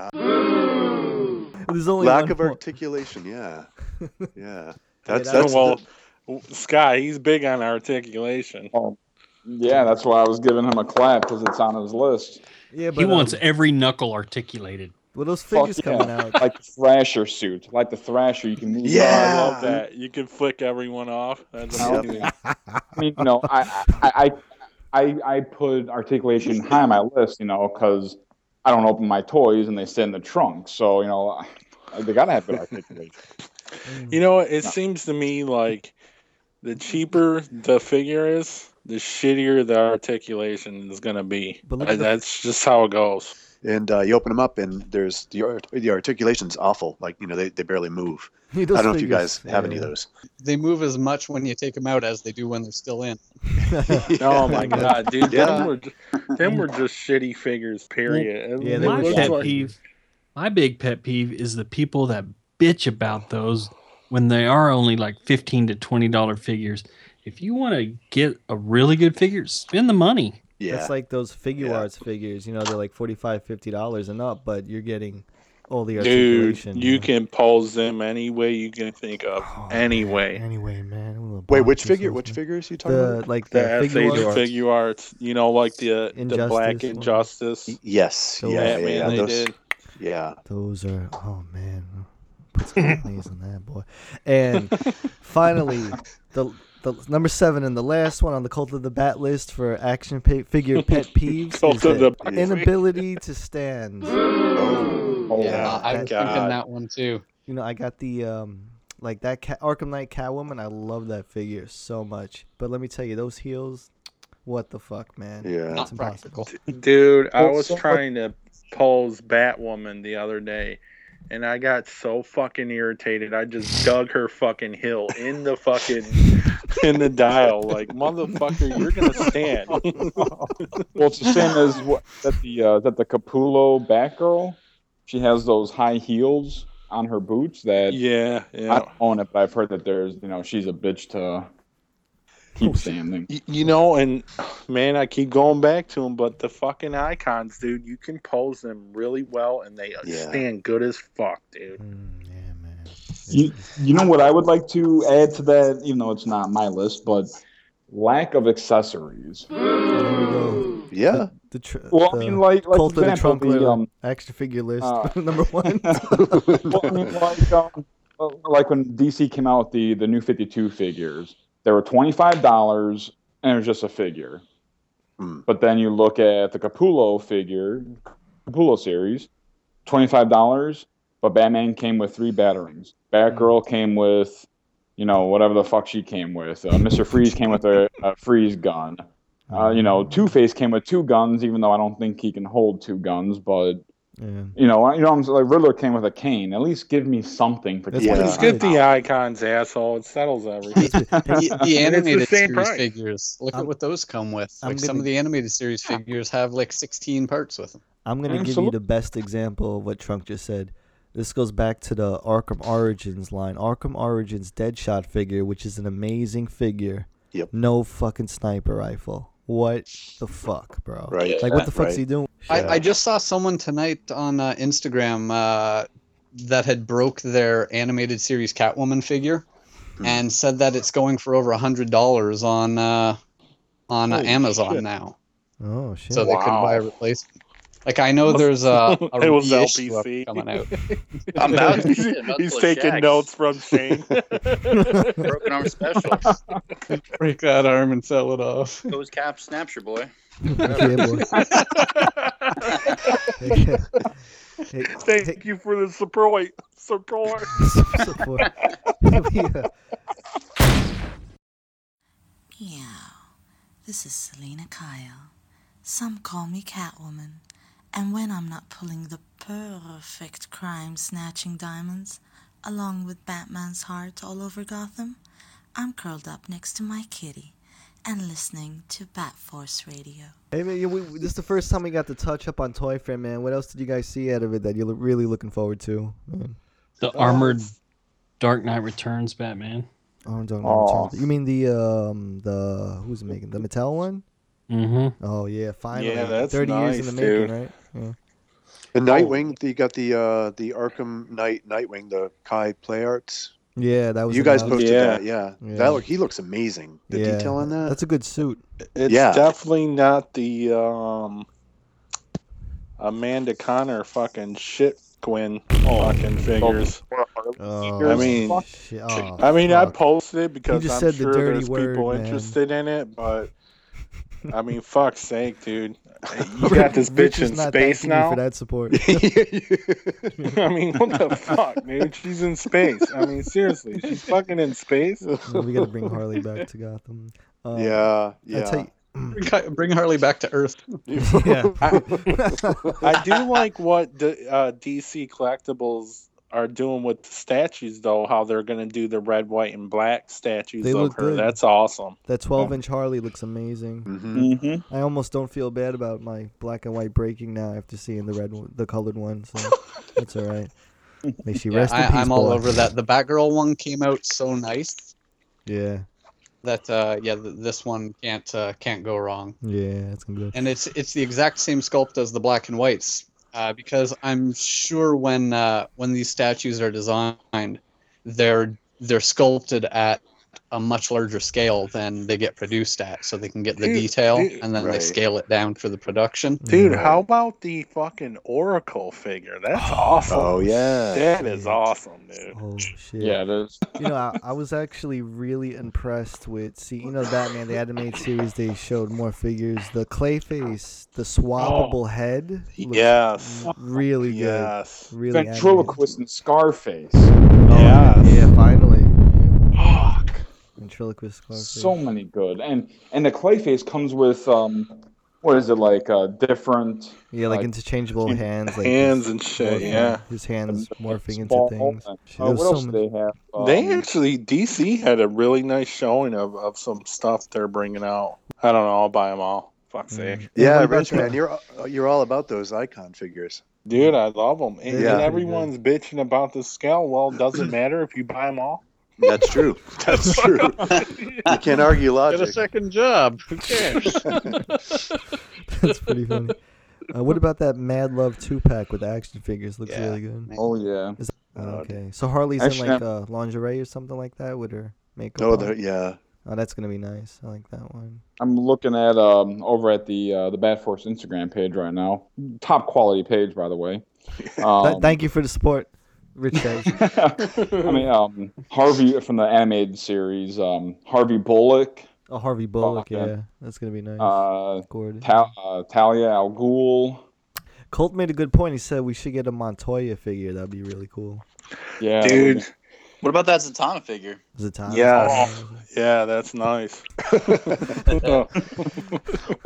C: There's only
E: Ah. Lack
C: one
E: of
C: more.
E: articulation.
C: [LAUGHS]
E: Yeah, yeah.
C: That's-
E: That's
C: that's
E: that's
D: well, Sky, he's big on articulation.
F: Yeah, that's why I was giving him a clap because it's on his
C: [LAUGHS]
F: list.
C: Yeah, but
H: He wants
C: um,
H: every knuckle articulated.
C: well, those
F: Fuck
C: figures
F: yeah.
C: coming out.
F: Like the Thrasher suit. Like the Thrasher, you can move.
D: I
E: Yeah.
D: love that. You can flick everyone off. That's
F: Yep.
D: amazing.
F: I mean, you know, I, I, I, I, I put articulation high on my list, you know, because I don't open my toys and they sit in the trunk. So, you know, I- they got
C: [LAUGHS]
F: to have good articulation.
D: You know, what? it seems to me like the cheaper the figure is, the shittier the articulation is going to be.
C: But look
D: Uh,
C: at the-
D: That's just how
C: [LAUGHS]
D: it goes.
E: and uh, you open them up, and there's the art- the articulation's awful. Like you know, they, they barely move.
C: Yeah,
E: [LAUGHS] I
C: those
E: don't know if you guys
C: figures,
E: have any of
C: yeah. [LAUGHS]
E: those.
G: They move as much when you take them out as they do when they're still in.
E: [LAUGHS]
D: Oh my god, dude!
E: Yeah.
D: Them, were, ju- them were just shitty figures. Period. And
C: yeah,
D: it
C: they
H: my
C: were
D: looks
H: pet
C: like-
H: peeve, my big pet peeve is the people that bitch about those when they are only like fifteen to twenty dollar figures. If you want to get a really good figure, spend the money.
E: Yeah,
C: That's like those figure arts figures. You know, they're like 45 50 dollars and up, but you're getting all the
D: Dude,
C: articulation.
D: you
C: know?
D: can pose them any way you can think of.
C: Oh, man.
D: any way.
C: Anyway, man. I'm gonna
E: Wait,
C: block
E: which
C: this
E: figure?
C: whole
E: Which
C: thing.
E: figures you talking
C: The
E: about?
C: like
D: The
C: the, figure
D: F8
C: arts.
D: figure arts, you know, like the the
C: Injustice
D: Black
C: one.
D: Injustice.
E: Yes.
C: Those-
E: yeah, yeah,
D: Batman
E: yeah,
D: they
E: those-
D: did.
E: yeah.
C: Those are oh man, put some mayonnaise on that boy. And finally, the the number seven and the last one on the cult of the bat list for action pa- figure pet peeves
D: Cult
C: is
D: of
C: the
D: the-
C: inability to stand.
E: Oh,
G: Uh, I'm
C: that-
G: thinking that one too.
C: You know, I got the um like that Ca Arkham Knight Catwoman. I love that figure so much. But let me tell you, those heels, what the fuck, man?
E: Yeah.
C: it's
G: Not
C: impossible.
G: practical.
D: Dude, I
F: Well,
D: was
F: so-
D: trying to pose Batwoman the other day, and I got so fucking irritated. I just dug her fucking hill in the fucking [LAUGHS] in the dial. Like motherfucker, you're gonna [LAUGHS] stand.
F: Well, it's the same as what that the uh, that the Capullo Batgirl. She has those high heels on her boots that
D: yeah,
F: I
D: yeah.
F: don't own it, but I've heard that there's you know she's a bitch to keep standing.
D: Y- You know, and man, I keep going back to them, but the fucking icons, dude, you can pose them really well, and they
E: Yeah.
D: stand good as fuck, dude.
C: Mm, yeah, man.
F: You, you know what I would like to add to that, even though it's not my list, but lack of accessories.
C: Oh, here we go.
E: Yeah.
C: The tr-
F: Well,
C: the
F: I mean, like like
C: cult
F: for
C: of the
F: example,
C: trunk
F: the,
C: leather
F: um,
C: action figure list
F: uh,
C: [LAUGHS] number one.
F: [LAUGHS] well, I mean, like, um, uh, like when DC came out with the the new Fifty Two figures, they were twenty five dollars, and it was just a figure.
E: Hmm.
F: But then you look at the Capullo figure, Capullo series, twenty five dollars, But Batman came with three batterings. Batgirl came with, you know, whatever the fuck she came with. Uh, Mister Freeze came with a, a freeze gun. Uh, you
C: Hmm.
F: know, Two Face came with two guns, even though I don't think he can hold two guns. But
C: Yeah.
F: you know, you know, I'm like Riddler came with a cane. At least give me something for
D: Yeah.
F: two
D: Just
F: dollars.
D: get the icons, asshole. It settles everything.
G: the, the animated series figures. Look
D: I'm-
G: at what those come with.
C: I'm
G: Like some
C: gonna-
G: of the animated series figures have like 16 parts with them.
C: I'm going to give you the best example of what Trunk just said. This goes back to the Arkham Origins line. Arkham Origins Deadshot figure, which is an amazing figure.
E: Yep.
C: No fucking sniper rifle. What the fuck, bro?
E: Right.
C: Like, what the
G: Yeah.
C: fuck's
G: Right.
C: he doing?
G: I, I just saw someone tonight on uh, Instagram uh, that had broke their animated series Catwoman figure and said that it's going for over hundred dollars on uh, on uh,
C: Holy
G: Amazon
C: shit.
G: now,
C: Oh, shit. [LAUGHS]
G: so they could buy a replacement. Like I know there's a, a
D: It was
G: reissue of
D: LPC.
G: it coming out.
K: I'm out.
D: [LAUGHS] he's he's taking notes from
K: [LAUGHS]
D: Shane. [LAUGHS]
K: Broken arm special.
G: Break that arm and sell it off. [LAUGHS]
K: Goes cap, snaps your boy.
C: [LAUGHS] [LAUGHS]
D: Thank you for the support. Support.
C: support.
M: Meow. This is Selena Kyle. Some call me Catwoman. And when I'm not pulling the perfect crime snatching diamonds, along with Batman's heart all over Gotham, I'm curled up next to my kitty and listening to Batforce Radio.
C: Hey man, you- we, we- this is the first time we got to touch up on Toy Fair, man. What else did you guys see out of it that you're really looking forward to? Man.
H: The armored Dark Knight Returns Batman.
C: Oh, don't
H: Aw.
C: know. You mean the um the who's making the Mattel one?
H: Mm-hmm.
C: Oh yeah, finally.
D: Yeah, that's
C: Thirty years
D: nice,
C: in the making,
D: dude.
C: right? Yeah. Oh.
E: The Nightwing, you got the uh, the Arkham Knight Nightwing, the Kai Play Arts.
C: Yeah, that was
E: You guys
C: announced.
E: posted that, yeah. That look,
C: Yeah.
E: he looks amazing. The
C: Yeah.
E: detail on that.
C: That's a good suit.
D: It's
E: Yeah.
D: definitely not the um, Amanda Connor fucking shit Quinn fucking figures.
C: Oh,
D: I mean,
C: shit. Oh,
D: I mean, I
C: fuck.
D: posted it because
C: just
D: I'm
C: said the
D: sure
C: dirty
D: there's
C: word,
D: people
C: man.
D: interested in it, but
C: [LAUGHS]
D: I mean, fuck's sake, dude, you got this
C: Rich
D: bitch
C: is
D: in
C: not
D: space
C: thanking you
D: now.
C: for that support.
D: [LAUGHS] I mean, what the fuck, dude? She's in space. I mean, seriously, she's fucking
C: [LAUGHS]
D: in space.
C: we gotta bring Harley back to Gotham. Um,
E: [LAUGHS] yeah,
C: I tell
E: yeah.
C: you,
G: Bring- Bring Harley back to Earth.
C: [LAUGHS]
E: [LAUGHS]
C: Yeah.
D: I, [LAUGHS] I do like what the, uh, DC collectibles are doing with the statues, though. How they're going to do the red, white, and black statues
C: They
D: of
C: look
D: her.
C: good.
D: That's awesome.
C: that 12 inch Harley looks amazing.
E: Mhm.
D: Mm-hmm.
C: I almost don't feel bad about my black and white breaking now after seeing the red, one, the colored one.
G: [LAUGHS]
C: So that's all right. May she
G: Yeah,
C: rest in
G: I,
C: peace.
G: I'm all
C: boy.
G: over that. The Batgirl one came out so nice
C: Yeah,
G: that uh, yeah, th- this one can't uh, can't go wrong.
C: yeah, it's gonna be good.
G: and it's it's the exact same sculpt as the black and whites uh, because I'm sure when uh, when these statues are designed, they're they're sculpted at a much larger scale than they get produced at, so they can get the
D: Dude,
G: detail
D: dude.
G: and then they
D: Right.
G: scale it down for the production.
C: Mm.
D: Dude, how about the fucking Oracle figure? That's awesome.
E: Oh, yeah.
D: That is awesome, dude.
C: Oh shit.
F: Yeah, it is.
C: you know, I, I was actually really impressed with see, you know, Batman the animated series. They showed more figures. The Clayface, the
F: Oh,
C: swappable head. looks
D: Yes.
C: really good.
D: Yes.
C: Really animated.
F: Ventriloquist and Scarface.
D: Yeah.
C: Yeah, finally. Ventriloquist Scarface.
F: So many good, and and the Clayface comes with um, what is it like? Uh, different
C: Yeah, like,
F: like,
C: interchangeable
F: in-
C: hands, like
D: Hands
C: his-
D: and shit,
C: morphing-
D: yeah.
C: his hands morphing into
F: ball.
C: things. Shit,
F: Uh,
C: there
F: what
C: was
F: else
C: so
F: do
C: many-
F: they have?
D: they
F: Um,
D: actually DC had a really nice showing of, of some stuff they're bringing out. I don't know. I'll buy them all. Fuck's sake,
C: Mm. Yeah,
E: Yeah,
C: what about
E: Rich man,
C: the-
E: you're uh, you're all about those icon figures.
D: dude. I love them.
E: They're
D: And,
E: pretty
D: and
E: good.
D: everyone's bitching about the scale. Well, does it matter if you buy them all?
E: That's true. [LAUGHS]
K: [LAUGHS]
E: That's true. you can't argue
G: Get a
E: logic.
G: second job. Who cares?
C: [LAUGHS] That's pretty
E: [LAUGHS]
C: funny. Uh, what about that Mad Love two pack with the action figures? Looks really good.
F: oh yeah,
C: Is that, okay, so Harley's
F: Actually,
C: in like uh, lingerie or something like that with her makeup.
E: Oh,
C: on.
E: the, yeah.
C: Oh, that's gonna be nice. I like that one.
F: I'm looking at um over at the uh, the Bad Force Instagram page right now. Top quality page, by the
D: [LAUGHS]
F: way.
C: Th-
F: Um,
C: thank you for the support, Rich. Guys.
F: [LAUGHS] I mean, um, Harvey from the animated series, um, Harvey Bullock,
C: oh, Harvey Bullock.
F: yeah.
D: Mm-hmm.
C: yeah, that's gonna be nice.
F: uh,
C: Gordon.
F: Tal- uh, Talia Al Ghul.
C: Colt made a good point. He said we should get a Montoya figure. That'd be really cool.
F: Yeah,
K: dude. What about that Zatanna figure?
C: Zatanna.
D: Yeah, yeah, that's nice. [LAUGHS]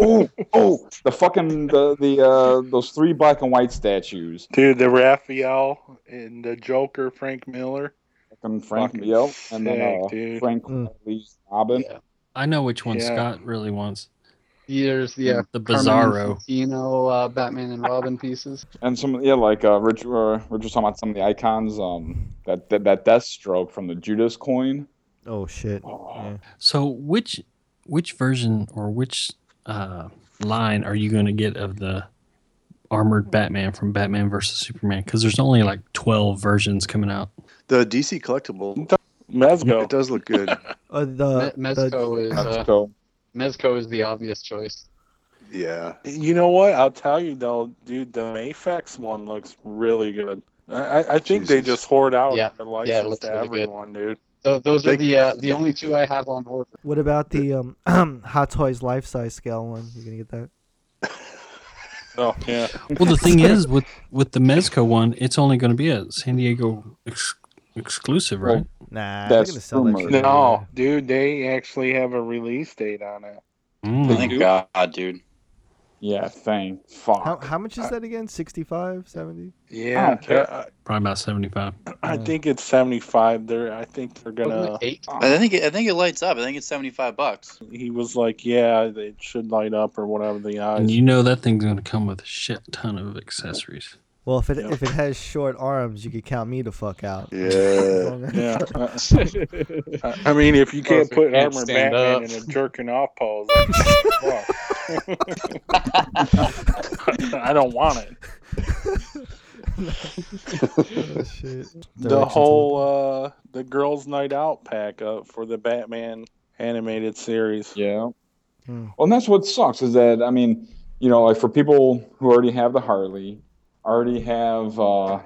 F: oh, oh, the fucking the the uh, those three black and white statues.
D: Dude, the Raphael and the Joker, Frank Miller.
F: Fucking Frank
D: Fucking
F: Yelp and then
D: sick,
F: uh,
D: dude.
F: Frank Lee's Robin.
H: I know which one
D: Yeah.
H: Scott really wants.
G: There's yeah,
H: The
G: Carmen
H: Bizarro.
G: Infantino, uh, Batman and Robin pieces.
F: And some yeah, like uh, Rich, uh, Rich was talking about some of the icons. Um, that that, that Deathstroke from the Judas coin.
C: Oh shit. Yeah.
H: So which which version or which uh, line are you going to get of the armored Batman from Batman versus Superman? Because there's only like twelve versions coming out.
E: The DC collectible.
D: Mezco.
E: It does look good.
C: Uh, the,
G: Me-
C: the-
G: Mezco is
D: Uh-huh.
G: uh, Mezco is the obvious choice.
E: yeah.
D: You know what? I'll tell you though, dude, the Mafex one looks really good. I, I- I think they
E: Jesus.
D: just hoard out
G: Yeah.
D: the
G: Yeah, it
D: license
G: looks
D: to
G: really good.
D: everyone, dude.
G: So those are
E: They-
G: the uh, the only two I have on order.
C: What about the um [CLEARS THROAT] Hot Toys life size scale one? You gonna get that?
D: Oh yeah.
H: Well, the thing is with with the Mezco one, it's only going to be a San Diego ex- exclusive, right?
C: Nah, they're
F: That's
C: gonna sell that
F: rumored.
C: shit
D: No,
C: everywhere.
D: dude, they actually have a release date on it.
H: Mm.
K: Thank God, dude.
F: Yeah, thank fuck.
C: How, how much is that again? 65, 70?
D: Yeah,
F: Okay.
D: uh,
H: Mm, Probably about seventy-five.
D: I, I
G: Mm.
D: think it's seventy-five. They're, I think they're
G: Wasn't
D: gonna.
G: it eight?
E: Uh,
K: I think it, I think it lights up. I think it's seventy five bucks.
D: He was like, "Yeah, it should light up or whatever." The eyes.
H: And you know that thing's going to come with a shit ton of accessories.
C: Well, if it
D: Yeah.
C: if it has short arms, you could count me the fuck [LAUGHS] out.
E: Yeah.
D: Yeah. I- I, I mean, if you can't
G: if you
D: put
G: can't
D: armor
G: stand
D: Batman
G: up.
D: in a jerking off pose,
G: [LAUGHS]
D: like, fuck. [LAUGHS] I don't want it.
C: [LAUGHS] Oh, shit.
D: The
C: Directions
D: whole uh, the girls' night out pack up for the Batman animated series.
F: Yeah.
C: Hmm.
F: Well, and that's what sucks is that I mean, you know, like for people who already have the Harley, already have uh,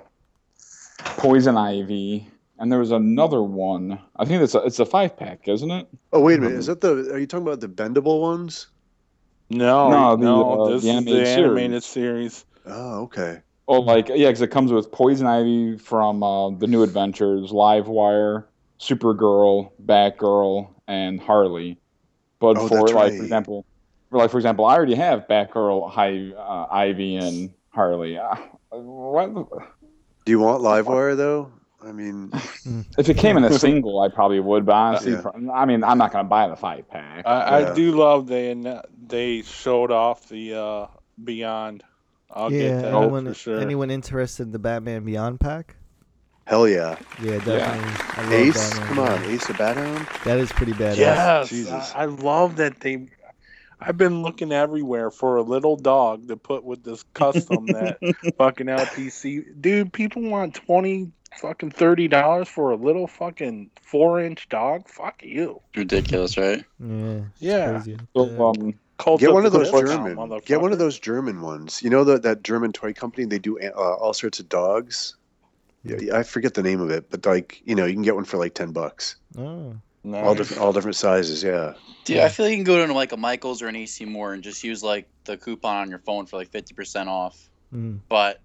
F: Poison Ivy, and there was another one. I think it's a it's a five pack, isn't it?
E: Oh wait a minute. Is that the? Are you talking about the bendable ones?
D: No,
F: No,
D: no,
F: the, uh,
D: this
F: the
D: is
F: animated
D: the
F: series.
D: animated series.
E: Oh okay.
F: Oh, like yeah, because it comes with Poison Ivy from uh, the New Adventures, Livewire, Supergirl, Batgirl, and Harley. But
E: Oh,
F: for
E: that's
F: like
E: right.
F: for example, for, like for example, I already have Batgirl, Hi, uh, Ivy, and Harley. Uh, what? the-
E: Do you want Livewire though? I mean,
F: If it came in a single, I probably would. But honestly,
E: Yeah.
F: pro- I mean, I'm not gonna buy the five pack.
D: I,
E: Yeah.
D: I do love they anno- they showed off the uh, Beyond. I'll
C: yeah,
D: get that
C: anyone,
D: for sure.
C: anyone interested in the Batman Beyond pack?
E: hell yeah.
C: Yeah, definitely. I love
E: Ace,
C: Batman
E: come on,
C: Beyond.
E: Ace the Bathound.
C: That is pretty badass.
D: Yes,
E: Jesus.
D: I, I love that they. I've been looking everywhere for a little dog to put with this custom that fucking LPC dude. People want twenty fucking thirty dollars for a little fucking four inch dog. Fuck you.
K: Ridiculous, right?
C: Yeah. it's
D: Yeah.
C: Crazy. Uh, Yeah.
F: So, um,
D: Cult
E: Get
D: of
E: one of
D: the
E: those
D: Clown,
E: German.
D: motherfucker.
E: Get one of those German ones. You know that that German toy company they do uh, all sorts of dogs. Yeah, I forget the name of it, but like you know, you can get one for like ten bucks.
C: Oh.
D: Nice.
E: All different, all different sizes. Yeah.
K: Dude, I feel like you can go to like a Michaels or an AC Moore and just use like the coupon on your phone for like fifty percent off.
C: Mm.
K: But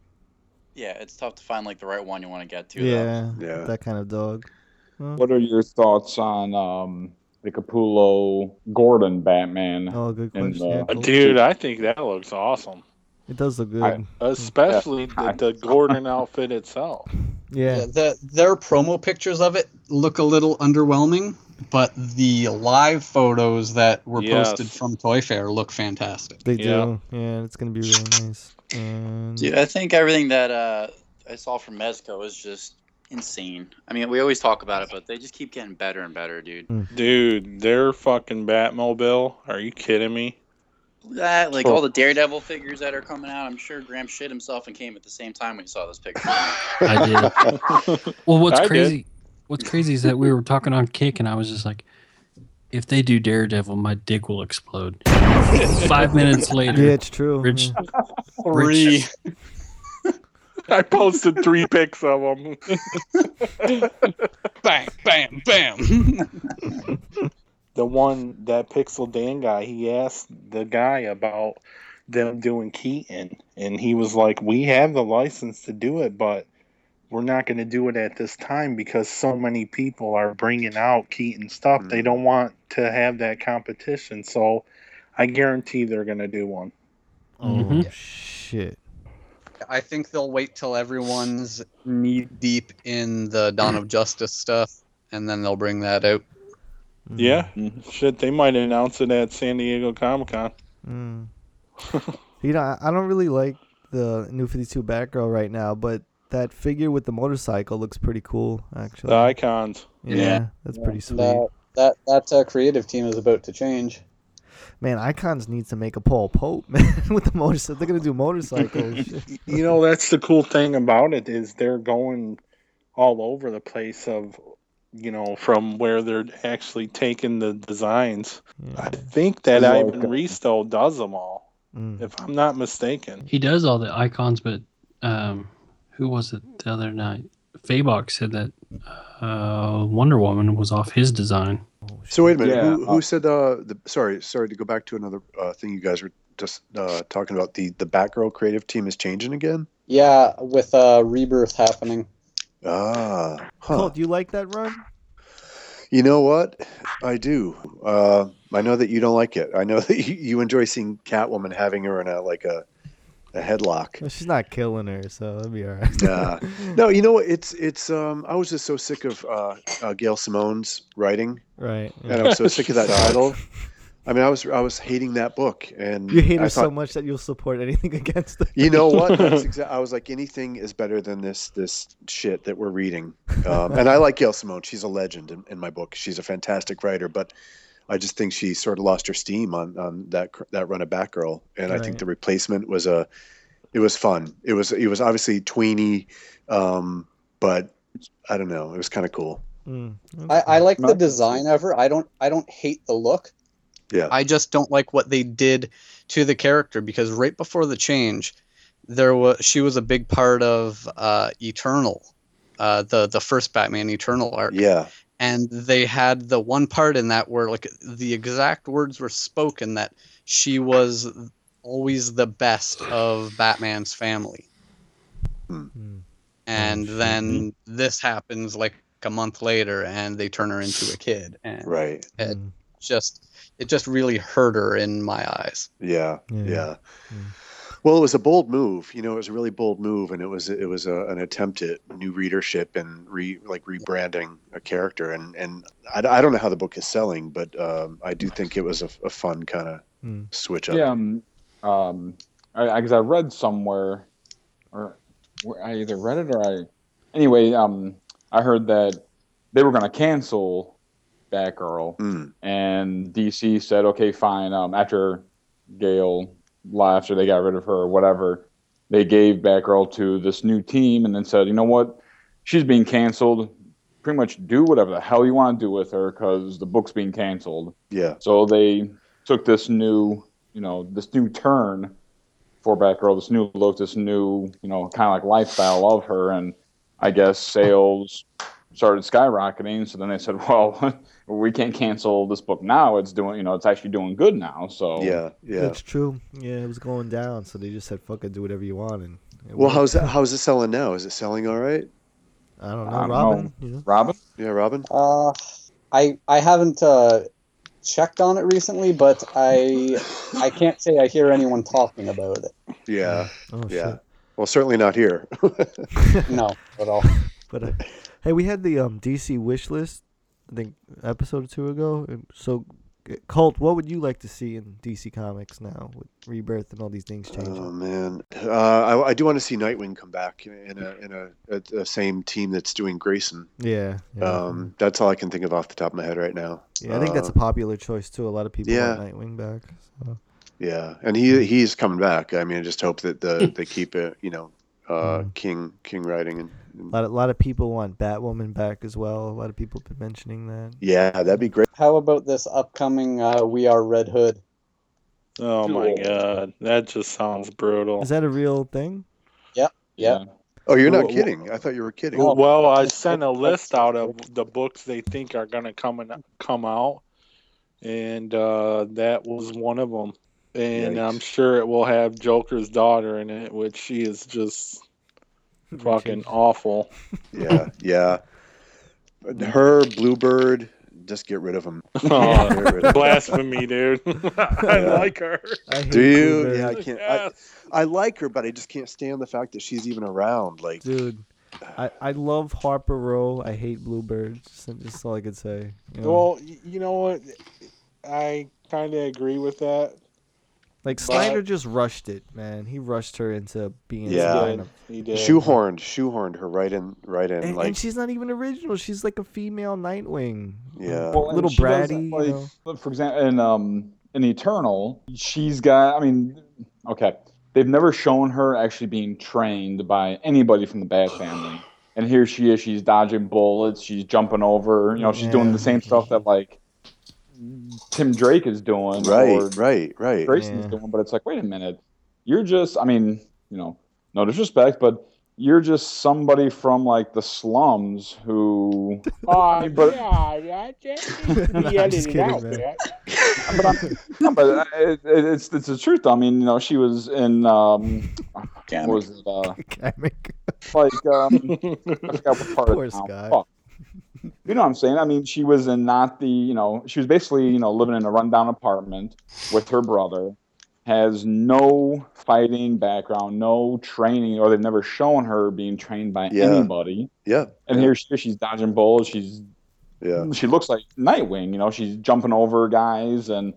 K: yeah, it's tough to find like the right one you want to get to. though.
C: Yeah,
E: Yeah.
C: That kind of dog.
F: what are your thoughts on um, the Capullo Gordon Batman?
C: Oh, good
F: And,
C: question.
F: uh,
C: yeah, cool.
D: Dude, I think that looks awesome,
C: It does look good.
F: I-
D: especially
F: Yeah.
D: the, the Gordon outfit itself.
C: yeah.
G: Yeah, the, their promo pictures of it look a little underwhelming, but the live photos that were
D: Yes.
G: posted from Toy Fair look fantastic.
C: They
D: Yeah.
C: do. Yeah, it's gonna be really nice. And
K: Dude, I think everything that uh, I saw from Mezco is just insane. I mean, we always talk about it, but they just keep getting better and better, dude.
D: Dude, their fucking Batmobile. Are you kidding me?
K: That, like
D: Cool.
K: all the Daredevil figures that are coming out, I'm sure Graham shit himself and came at the same time when he saw this picture.
H: I did. Well, what's
D: I did.
H: crazy? What's crazy is that we were talking on Kick, and I was just like, "If they do Daredevil, my dick
D: [LAUGHS]
H: will explode." Five minutes later,
C: yeah, it's true.
H: Rich,
C: yeah.
H: Rich,
D: I posted [LAUGHS] three pics of them.
G: Bam, bam, bam.
D: the one that Pixel Dan guy, he asked the guy about them doing Keaton, and he was like, "We have the license to do it, but we're not going to do it at this time because so many people are bringing out Keaton stuff. They don't want to have that competition. So I guarantee they're going to do one.
C: Oh shit!
G: [LAUGHS] I think they'll wait till everyone's knee deep in the Dawn of Justice stuff, and then they'll bring that out.
C: Mm-hmm.
D: Yeah, shit, they might announce it at San Diego Comic Con.
C: Mm. you know, I- I don't really like the New Fifty Two Batgirl right now, but that figure with the motorcycle looks pretty cool, actually.
D: The icons.
C: Yeah, that's pretty sweet.
G: That that, that uh, creative team is about to change.
C: Man, Icons needs to make a Paul Pope [LAUGHS] man with the motorcycle. They're gonna do motorcycles.
D: you know that's the cool thing about it is they're going all over the place of you know from where they're actually taking the designs i think that
H: Yeah.
D: ivan risto does them all
C: Mm.
D: if i'm not mistaken
H: He does all the icons, but um, who was it the other night? Fabok said that uh, Wonder Woman was off his design.
E: So wait a minute.
H: Yeah,
E: who who said uh, the? Sorry, sorry to go back to another uh, thing you guys were just uh, talking about. The the Batgirl creative team is changing again.
G: Yeah, with uh, rebirth happening.
E: Ah, huh.
C: Colt, do you like that run?
E: You know what? I do. Uh, I know that you don't like it. I know [LAUGHS] that you, you enjoy seeing Catwoman having her in a like a
C: [LAUGHS]
E: a headlock.
C: She's not killing her, so that'd be alright.
E: Nah. No, you know what? It's it's. Um, I was just so sick of uh, uh, Gail Simone's writing,
C: [LAUGHS] Right.
E: and I'm so sick
C: [LAUGHS]
E: of that
C: Sucks.
E: title. I mean, I was I was hating that book, and
C: You hate her
E: I
C: so
E: thought,
C: much that you'll support anything [LAUGHS] against her.
E: You know what? That's exa- I was like, anything is better than this this shit that we're reading. Um, and I like Gail Simone; she's a legend in, in my book. She's a fantastic writer, but I just think she sort of lost her steam on on that cr- that run of Batgirl. And I think
C: Right.
E: the replacement was a, it was fun. It was it was obviously tweeny, um, but I don't know. It was kind of cool.
C: Mm,
G: I, I like the design of her. I don't I don't hate the look.
E: Yeah.
G: I just don't like what they did to the character because right before the change, there was she was a big part of uh, Eternal, uh, the the first Batman Eternal arc.
E: Yeah.
G: And they had the one part in that where like the exact words were spoken that she was always the best of Batman's family.
C: Mm,
G: And
E: Mm-hmm.
G: then this happens like a month later and they turn her into a kid and
E: right
G: it
C: mm,
G: just it just really hurt her in my eyes
E: Yeah, yeah. Well, it was a bold move. You know, it was a really bold move, and it was it was a, an attempt at new readership and re like rebranding a character. And and I, I don't know how the book is selling, but um, I do think it was a, a fun kind of switch up.
F: [LAUGHS] Yeah, um, um, I because I, read somewhere, or where I either read it or I. Anyway, um, I heard that they were going to cancel Batgirl,
E: Hmm.
F: and DC said, "Okay, fine." Um, after Gail left, or they got rid of her, or whatever, they gave Batgirl to this new team, and then said, "You know what? She's being canceled. Pretty much do whatever the hell you want to do with her because the book's being canceled."
E: Yeah.
F: So they took this new, you know, this new turn for Batgirl, this new look, this new, you know, kind of like lifestyle of her, and I guess sales started skyrocketing. So then they said, [LAUGHS] "Well, we can't cancel this book now. It's doing, you know, it's actually doing good now." So
E: Yeah,
C: That's true. Yeah, it was going down, so they just said, "Fuck it, do whatever you want." And it
E: Well,
C: worked.
E: how's that, how's it selling now? Is it selling all right?
C: I don't know,
E: I don't
C: Robin.
E: know.
C: You know?
F: Robin.
E: Yeah, Robin.
G: uh i i haven't uh checked on it recently but i i can't say i hear anyone talking about it
E: Yeah.
C: Oh,
E: yeah. Well, certainly not here.
G: no at all.
C: But
E: [LAUGHS]
C: uh, hey, we had the um, DC wish list, I think, episode or two ago. and So, uh, Colt, what would you like to see in DC Comics now with Rebirth and all these things changing?
E: Oh man, uh, I, I do want to see Nightwing come back in a in a, a, a same team that's doing Grayson.
C: Yeah, yeah.
E: Um, that's all I can think of off the top of my head right now.
C: yeah, I think that's a
E: Uh,
C: popular choice too. A lot of people
E: yeah.
C: want Nightwing back. So.
E: yeah, and he he's coming back. I mean, I just hope that the they keep it. You know, uh, King King riding and
C: A lot, a lot of people want Batwoman back as well. A lot of people have been mentioning that.
E: yeah, that'd be great.
G: how about this upcoming uh we are red hood
D: oh my god that just sounds brutal
C: Is that a real thing?
G: Yep.
D: Yeah.
E: Oh, you're not
D: Well,
E: kidding. I thought you were kidding.
D: Well, I sent a list out of the books they think are going to come and come out, and uh, that was one of them. and
F: Yikes.
D: I'm sure it will have Joker's daughter in it, which she is
C: [LAUGHS]
D: just fucking awful. [LAUGHS]
E: Yeah, yeah. But Her Bluebird, just get rid of them.
D: [LAUGHS] Oh, blasphemy,
C: [LAUGHS]
D: dude. [LAUGHS] I
E: Yeah.
D: like her.
E: Do you? Yeah, I can't. I, I like her, but I just can't stand the fact that she's even around. Like,
C: dude. I, I love Harper Row. I hate Bluebird. Just, just all I could say. you know?
D: Well, y- you know what? I kind of agree with that.
C: like
D: but-
C: Snyder just rushed it, man. He rushed her into being
E: yeah,
C: Spider-Man.
E: shoehorned, shoehorned her right in, right in.
C: And,
E: like,
C: and she's not even original. She's like a female Nightwing.
E: yeah,
F: Well, and
C: little
F: she does that,
C: bratty, you
F: like, [LAUGHS]
C: know? [LAUGHS]
F: but For example, in um, in Eternal, she's got. I mean, okay, they've never shown her actually being trained by anybody from the Bat family, and here she is. She's dodging bullets. She's jumping over. You know, she's doing
E: Yeah.
F: the same stuff that like Tim Drake is doing.
E: right,
F: or
E: right, right.
F: Grayson's doing. But it's like, wait a minute, you're just. I mean, you know, no disrespect, but. You're just somebody from like the slums
E: [LAUGHS]
F: who,
D: Oh,
F: but
D: yeah, that
C: [LAUGHS]
D: needs
C: No,
D: to
C: I'm
D: be edited
C: just kidding,
D: out,
C: man. [LAUGHS]
D: Jack.
F: no, but uh, it, it, it's it's the truth. I mean, you know, she was in um,
K: Kamek.
F: what was it? Uh,
C: Kamek.
F: Like um, I forgot what part
C: Poor
F: of town.
C: Scott.
F: Fuck. You know what I'm saying? I mean, she was in not the you know she was basically you know living in a rundown apartment with her brother, has no fighting background, no training, or they've never shown her being trained by
E: Yeah.
F: anybody.
E: Yeah,
F: And here she she's dodging balls. She's
E: yeah,
F: she looks like Nightwing. You know, she's jumping over guys and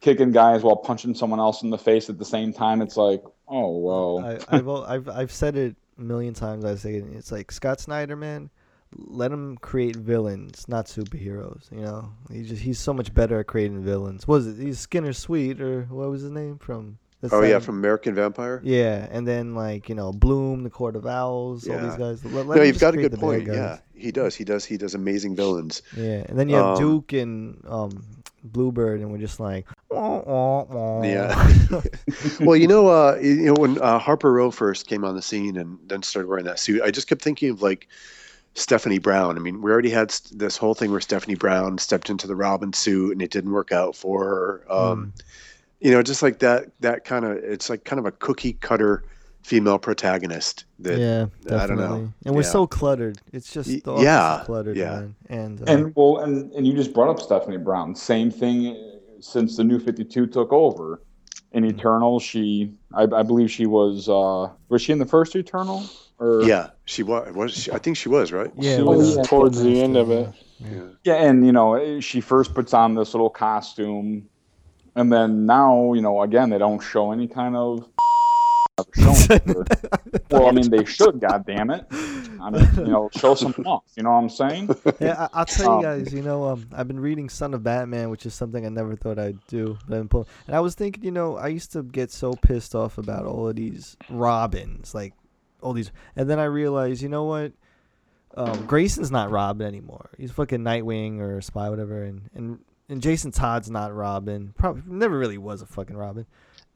F: kicking guys while punching someone else in the face at the same time. It's like, oh well,
E: [LAUGHS]
C: I, I've, al- I've I've said it a million times. I say it. It's like Scott Snyder, man. Let him create villains, not superheroes. You know, he just he's so much better at creating villains. What Was it he's Skinner Sweet or what was his name from? that's
E: Oh yeah,
C: like-
E: from American Vampire.
C: Yeah, and then like you know Bloom, the Court of Owls, all
E: Yeah.
C: these guys. Let, let
E: no,
C: him
E: you've
C: just
E: got a
C: create
E: good
C: the bad
E: point.
C: guys.
E: Yeah, he does. He does. He does amazing villains.
C: Yeah, and then you have
E: Um,
C: Duke and um, Bluebird, and we're just like, "Wah, wah, wah." [LAUGHS]
E: Yeah. well, you know, uh, you know, when uh, Harper Row first came on the scene and then started wearing that suit, I just kept thinking of like Stephanie Brown. I mean, we already had st- this whole thing where Stephanie Brown stepped into the Robin suit and it didn't work out for her.
C: Hmm.
E: Um, You know, just like that. That kind of it's like kind of a cookie cutter female protagonist. That
C: yeah, definitely.
E: I don't know.
C: And we're
E: Yeah.
C: so cluttered. It's just
E: Y-
C: the office
E: yeah,
C: is cluttered,
E: yeah.
C: man. And, uh,
F: and well, and and you just brought up Stephanie Brown. Same thing uh, since the New Fifty Two took over. In Eternal, she I, I believe she was uh was she in the first Eternal or
E: yeah, she was. was she, I think she was right.
C: yeah,
F: She
C: with,
F: was
C: uh,
D: towards the
C: Batman
D: end
C: still,
D: of it.
E: Yeah.
F: Yeah, and you know, eh, she first puts on this little costume, and then now, you know, again, they don't show any kind of. ever shown her. well, I mean, they should. God damn it! I mean, you know, show some off. You know what I'm saying?
C: [LAUGHS] Yeah, I, I'll
D: [LAUGHS]
C: tell
F: Um,
C: you guys. You know, um, I've been reading Son of Batman, which is something I never thought I'd do. But I'm pulling, and I was thinking, you know, I used to get so pissed off about all of these Robins, like all these, and then I realized, you know what? Um, Grayson's not Robin anymore. He's fucking Nightwing or Spy, whatever, and and and Jason Todd's not Robin. Probably never really was a fucking Robin,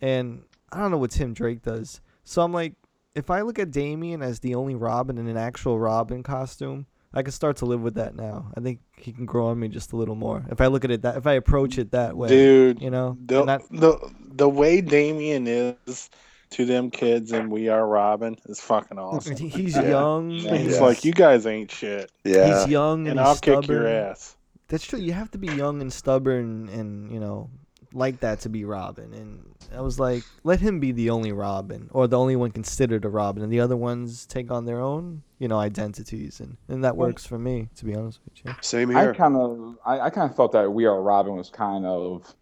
C: and I don't know what Tim Drake does. So I'm like, if I look at Damien as the only Robin in an actual Robin costume, I can start to live with that now. I think he can grow on me just a little more if I look at it that if I approach it that way.
D: Dude,
C: you know,
D: The, [LAUGHS]
C: And that- [LAUGHS]
D: the the way Damien is to them kids and we are Robin is fucking [LAUGHS] awesome.
C: he's
E: Yeah.
C: young.
E: Yeah.
D: He's like, you guys ain't shit,
E: Yeah.
C: He's young and,
D: and
C: he's
D: I'll
C: stubborn.
D: kick your ass.
C: That's true. You have to be young and stubborn and, you know, like that to be Robin. And I was like, let him be the only Robin or the only one considered a Robin and the other ones take on their own, you know, identities and, and that works for me, to be honest with you.
E: Same
F: I
E: here.
F: kind of, I, I kind of felt that We Are Robin was kind of,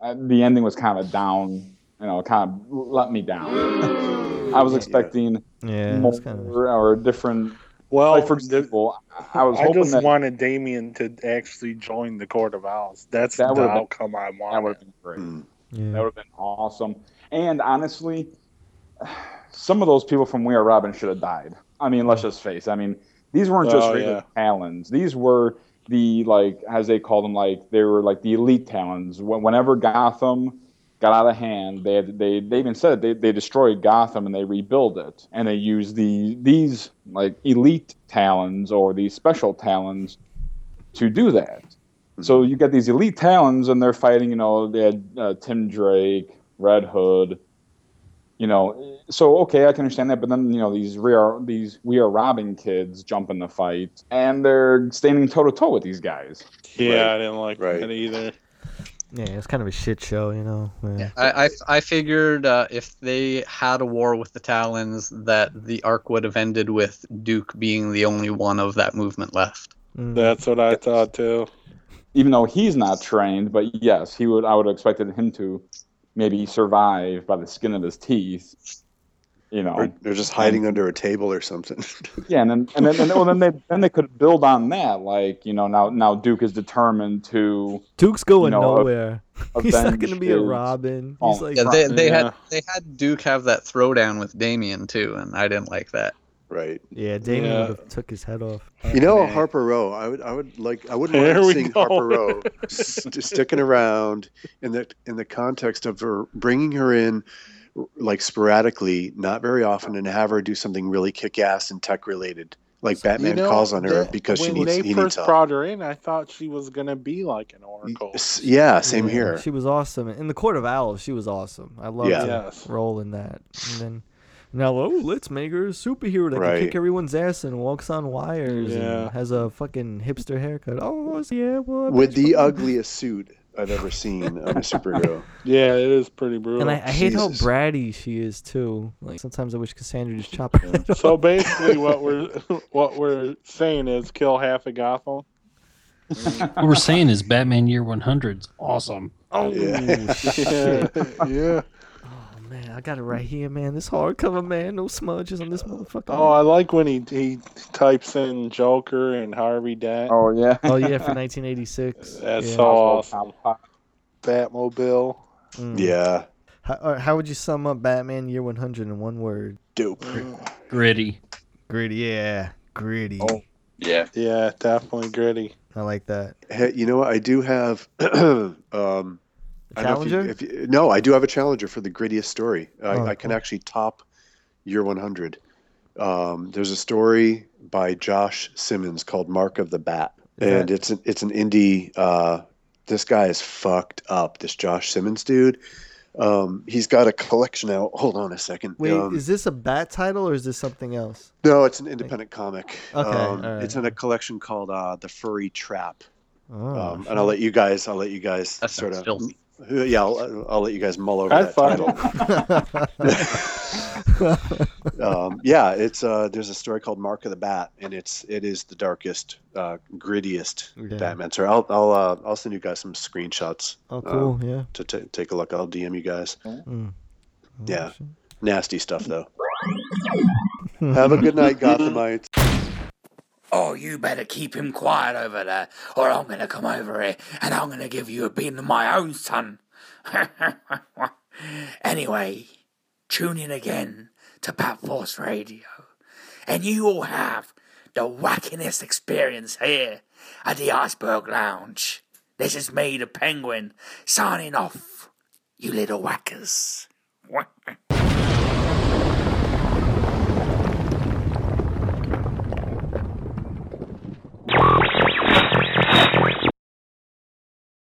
F: uh, the ending was kind of down. You know, kind of let me down. I was
E: Yeah.
F: expecting
C: Yeah.
F: more
C: That's kind of
F: or a different.
D: Well,
F: Like for
D: the-
F: example, I I was
D: I
F: hoping
D: just
F: that
D: wanted Damien to actually join the Court of Owls. That's
F: That
D: the
F: would've been-
D: outcome I
F: that would have
D: wanted.
F: been great.
E: Mm.
F: That
C: yeah.
F: would have been awesome. And honestly, some of those people from We Are Robin should have died. I mean, let's just face. it. I mean, these weren't just
D: Oh,
F: regular
D: yeah.
F: talons. These were the like, as they call them, like they were like the elite talons. When- Whenever Gotham got out of hand, they had, they they even said they they destroyed Gotham and they rebuild it, and they used the these like elite talons or these special talons to do
C: Mm-hmm.
F: that. So you got these elite talons, and they're fighting. You know, they had uh, Tim Drake, Red Hood. You know, so okay, I can understand that, but then you know these we are these we are robbing kids jump in the fight, and they're standing toe to toe with these guys.
D: Yeah, I didn't like that either.
C: Yeah, it's kind of a shit show, you know. Yeah.
G: I, I, I figured uh, if they had a war with the Talons, that the arc would have ended with Duke being the only one of that movement left.
C: Mm.
D: That's what I thought too.
F: Even though he's not trained, but yes, he would. I would have expected him to maybe survive by the skin of his teeth. You know,
E: Or they're just hiding under a table or something. [LAUGHS]
F: Yeah, and then and then and then, well, then they then they could build on that. Like you know, now now Duke is determined to
C: Duke's going
F: you know,
C: nowhere. [LAUGHS] He's not going to be a
F: avenge his-
C: Robin.
F: Oh,
C: He's like,
G: Yeah, they, they
F: Yeah.
G: had they had Duke have that throwdown with Damien too, and I didn't like that.
E: Right.
C: yeah, Damien
E: Yeah.
C: would have took his head off.
E: You know, Harper Row. I would, I would like, I wouldn't
C: There we
E: mind seeing
C: go.
D: [LAUGHS]
E: Harper Row st- sticking around in the in the context of her bringing her in, like sporadically, not very often, and have her do something really kick ass and tech related, like Batman
D: You know,
E: calls on her
D: that-
E: because she
D: when
E: needs
D: they
E: he needs
D: first
E: help.
D: brought her in, I thought she was gonna be like an oracle.
E: S- Yeah, Uh, same
C: Yeah,
E: here.
C: She was awesome in the Court of Owls. She was awesome. I loved
E: Yeah.
C: her
E: Yes.
C: role in that. And then now, oh, let's make her a superhero that
E: Right.
C: can kick everyone's ass and walks on wires
E: Yeah.
C: and has a fucking hipster haircut. Oh yeah, what?
E: With the ugliest suit I've ever seen of a superhero.
D: Yeah, it is pretty brutal.
C: And I, I hate how bratty she is too. Like sometimes I wish Cassandra just chopped her head off.
D: [LAUGHS] So basically, what we're [LAUGHS] what we're saying is kill half of Gotham.
H: What we're saying is Batman Year 100's awesome.
C: Oh
D: Yeah.
E: [LAUGHS]
C: shit.
D: [LAUGHS] yeah.
C: Oh man, I got it right here, man. This hardcover, man. No smudges on this motherfucker.
D: Oh, I like when he he types in Joker and Harvey Dent.
F: Oh [LAUGHS] yeah.
C: oh yeah, for 1986.
D: That's
C: yeah.
D: so awesome. Batmobile.
C: Mm.
E: Yeah.
C: How, uh, how would you sum up Batman Year 100 in one word?
E: Dope.
H: Gritty.
C: Gritty, yeah. Gritty.
E: Oh.
K: Yeah.
D: Yeah, definitely gritty.
C: I like that.
E: Hey, you know what? I do have. [CLEARS THROAT] um, I don't know if you-
C: challenger?
E: if you- no, I do have a challenger for the grittiest story. I,
C: Oh,
E: I can actually top year 100. Um, there's a story by Josh Simmons called Mark of the Bat,
C: Is
E: and
C: that-
E: it's an it's an indie. Uh, this guy is fucked up. This Josh Simmons dude. Um, he's got a collection out. Hold on a second.
C: Wait,
E: Um,
C: is this a bat title or is this something else?
E: no, it's an independent comic.
C: Okay,
E: Um,
C: all right.
E: It's in a collection called uh, The Furry Trap.
C: Oh,
E: Um, and I'll let you guys. I'll let you guys
G: That
E: sort
G: sounds
E: of.
G: filthy.
E: Yeah, I'll, I'll let you guys mull over
D: I'd
E: that
D: find
E: title. [LAUGHS] um, yeah, it's uh, there's a story called Mark of the Bat, and it's it is the darkest, uh, grittiest
C: Yeah.
E: Batman. So I'll I'll uh, I'll send you guys some screenshots.
C: [LAUGHS] Oh, cool,
E: uh,
C: yeah.
E: To ta take a look, I'll DM you guys.
C: Mm.
E: Yeah, nasty stuff though.
C: Hmm.
E: Have a good night, Gothamites.
L: Oh, you better keep him quiet over there, or I'm going to come over here and I'm going to give you a beating of my own, son. [LAUGHS] anyway, tune in again to Bat Force Radio, and you will have the wackinest experience here at the Iceberg Lounge. This is me, the Penguin, signing off, you little whackers.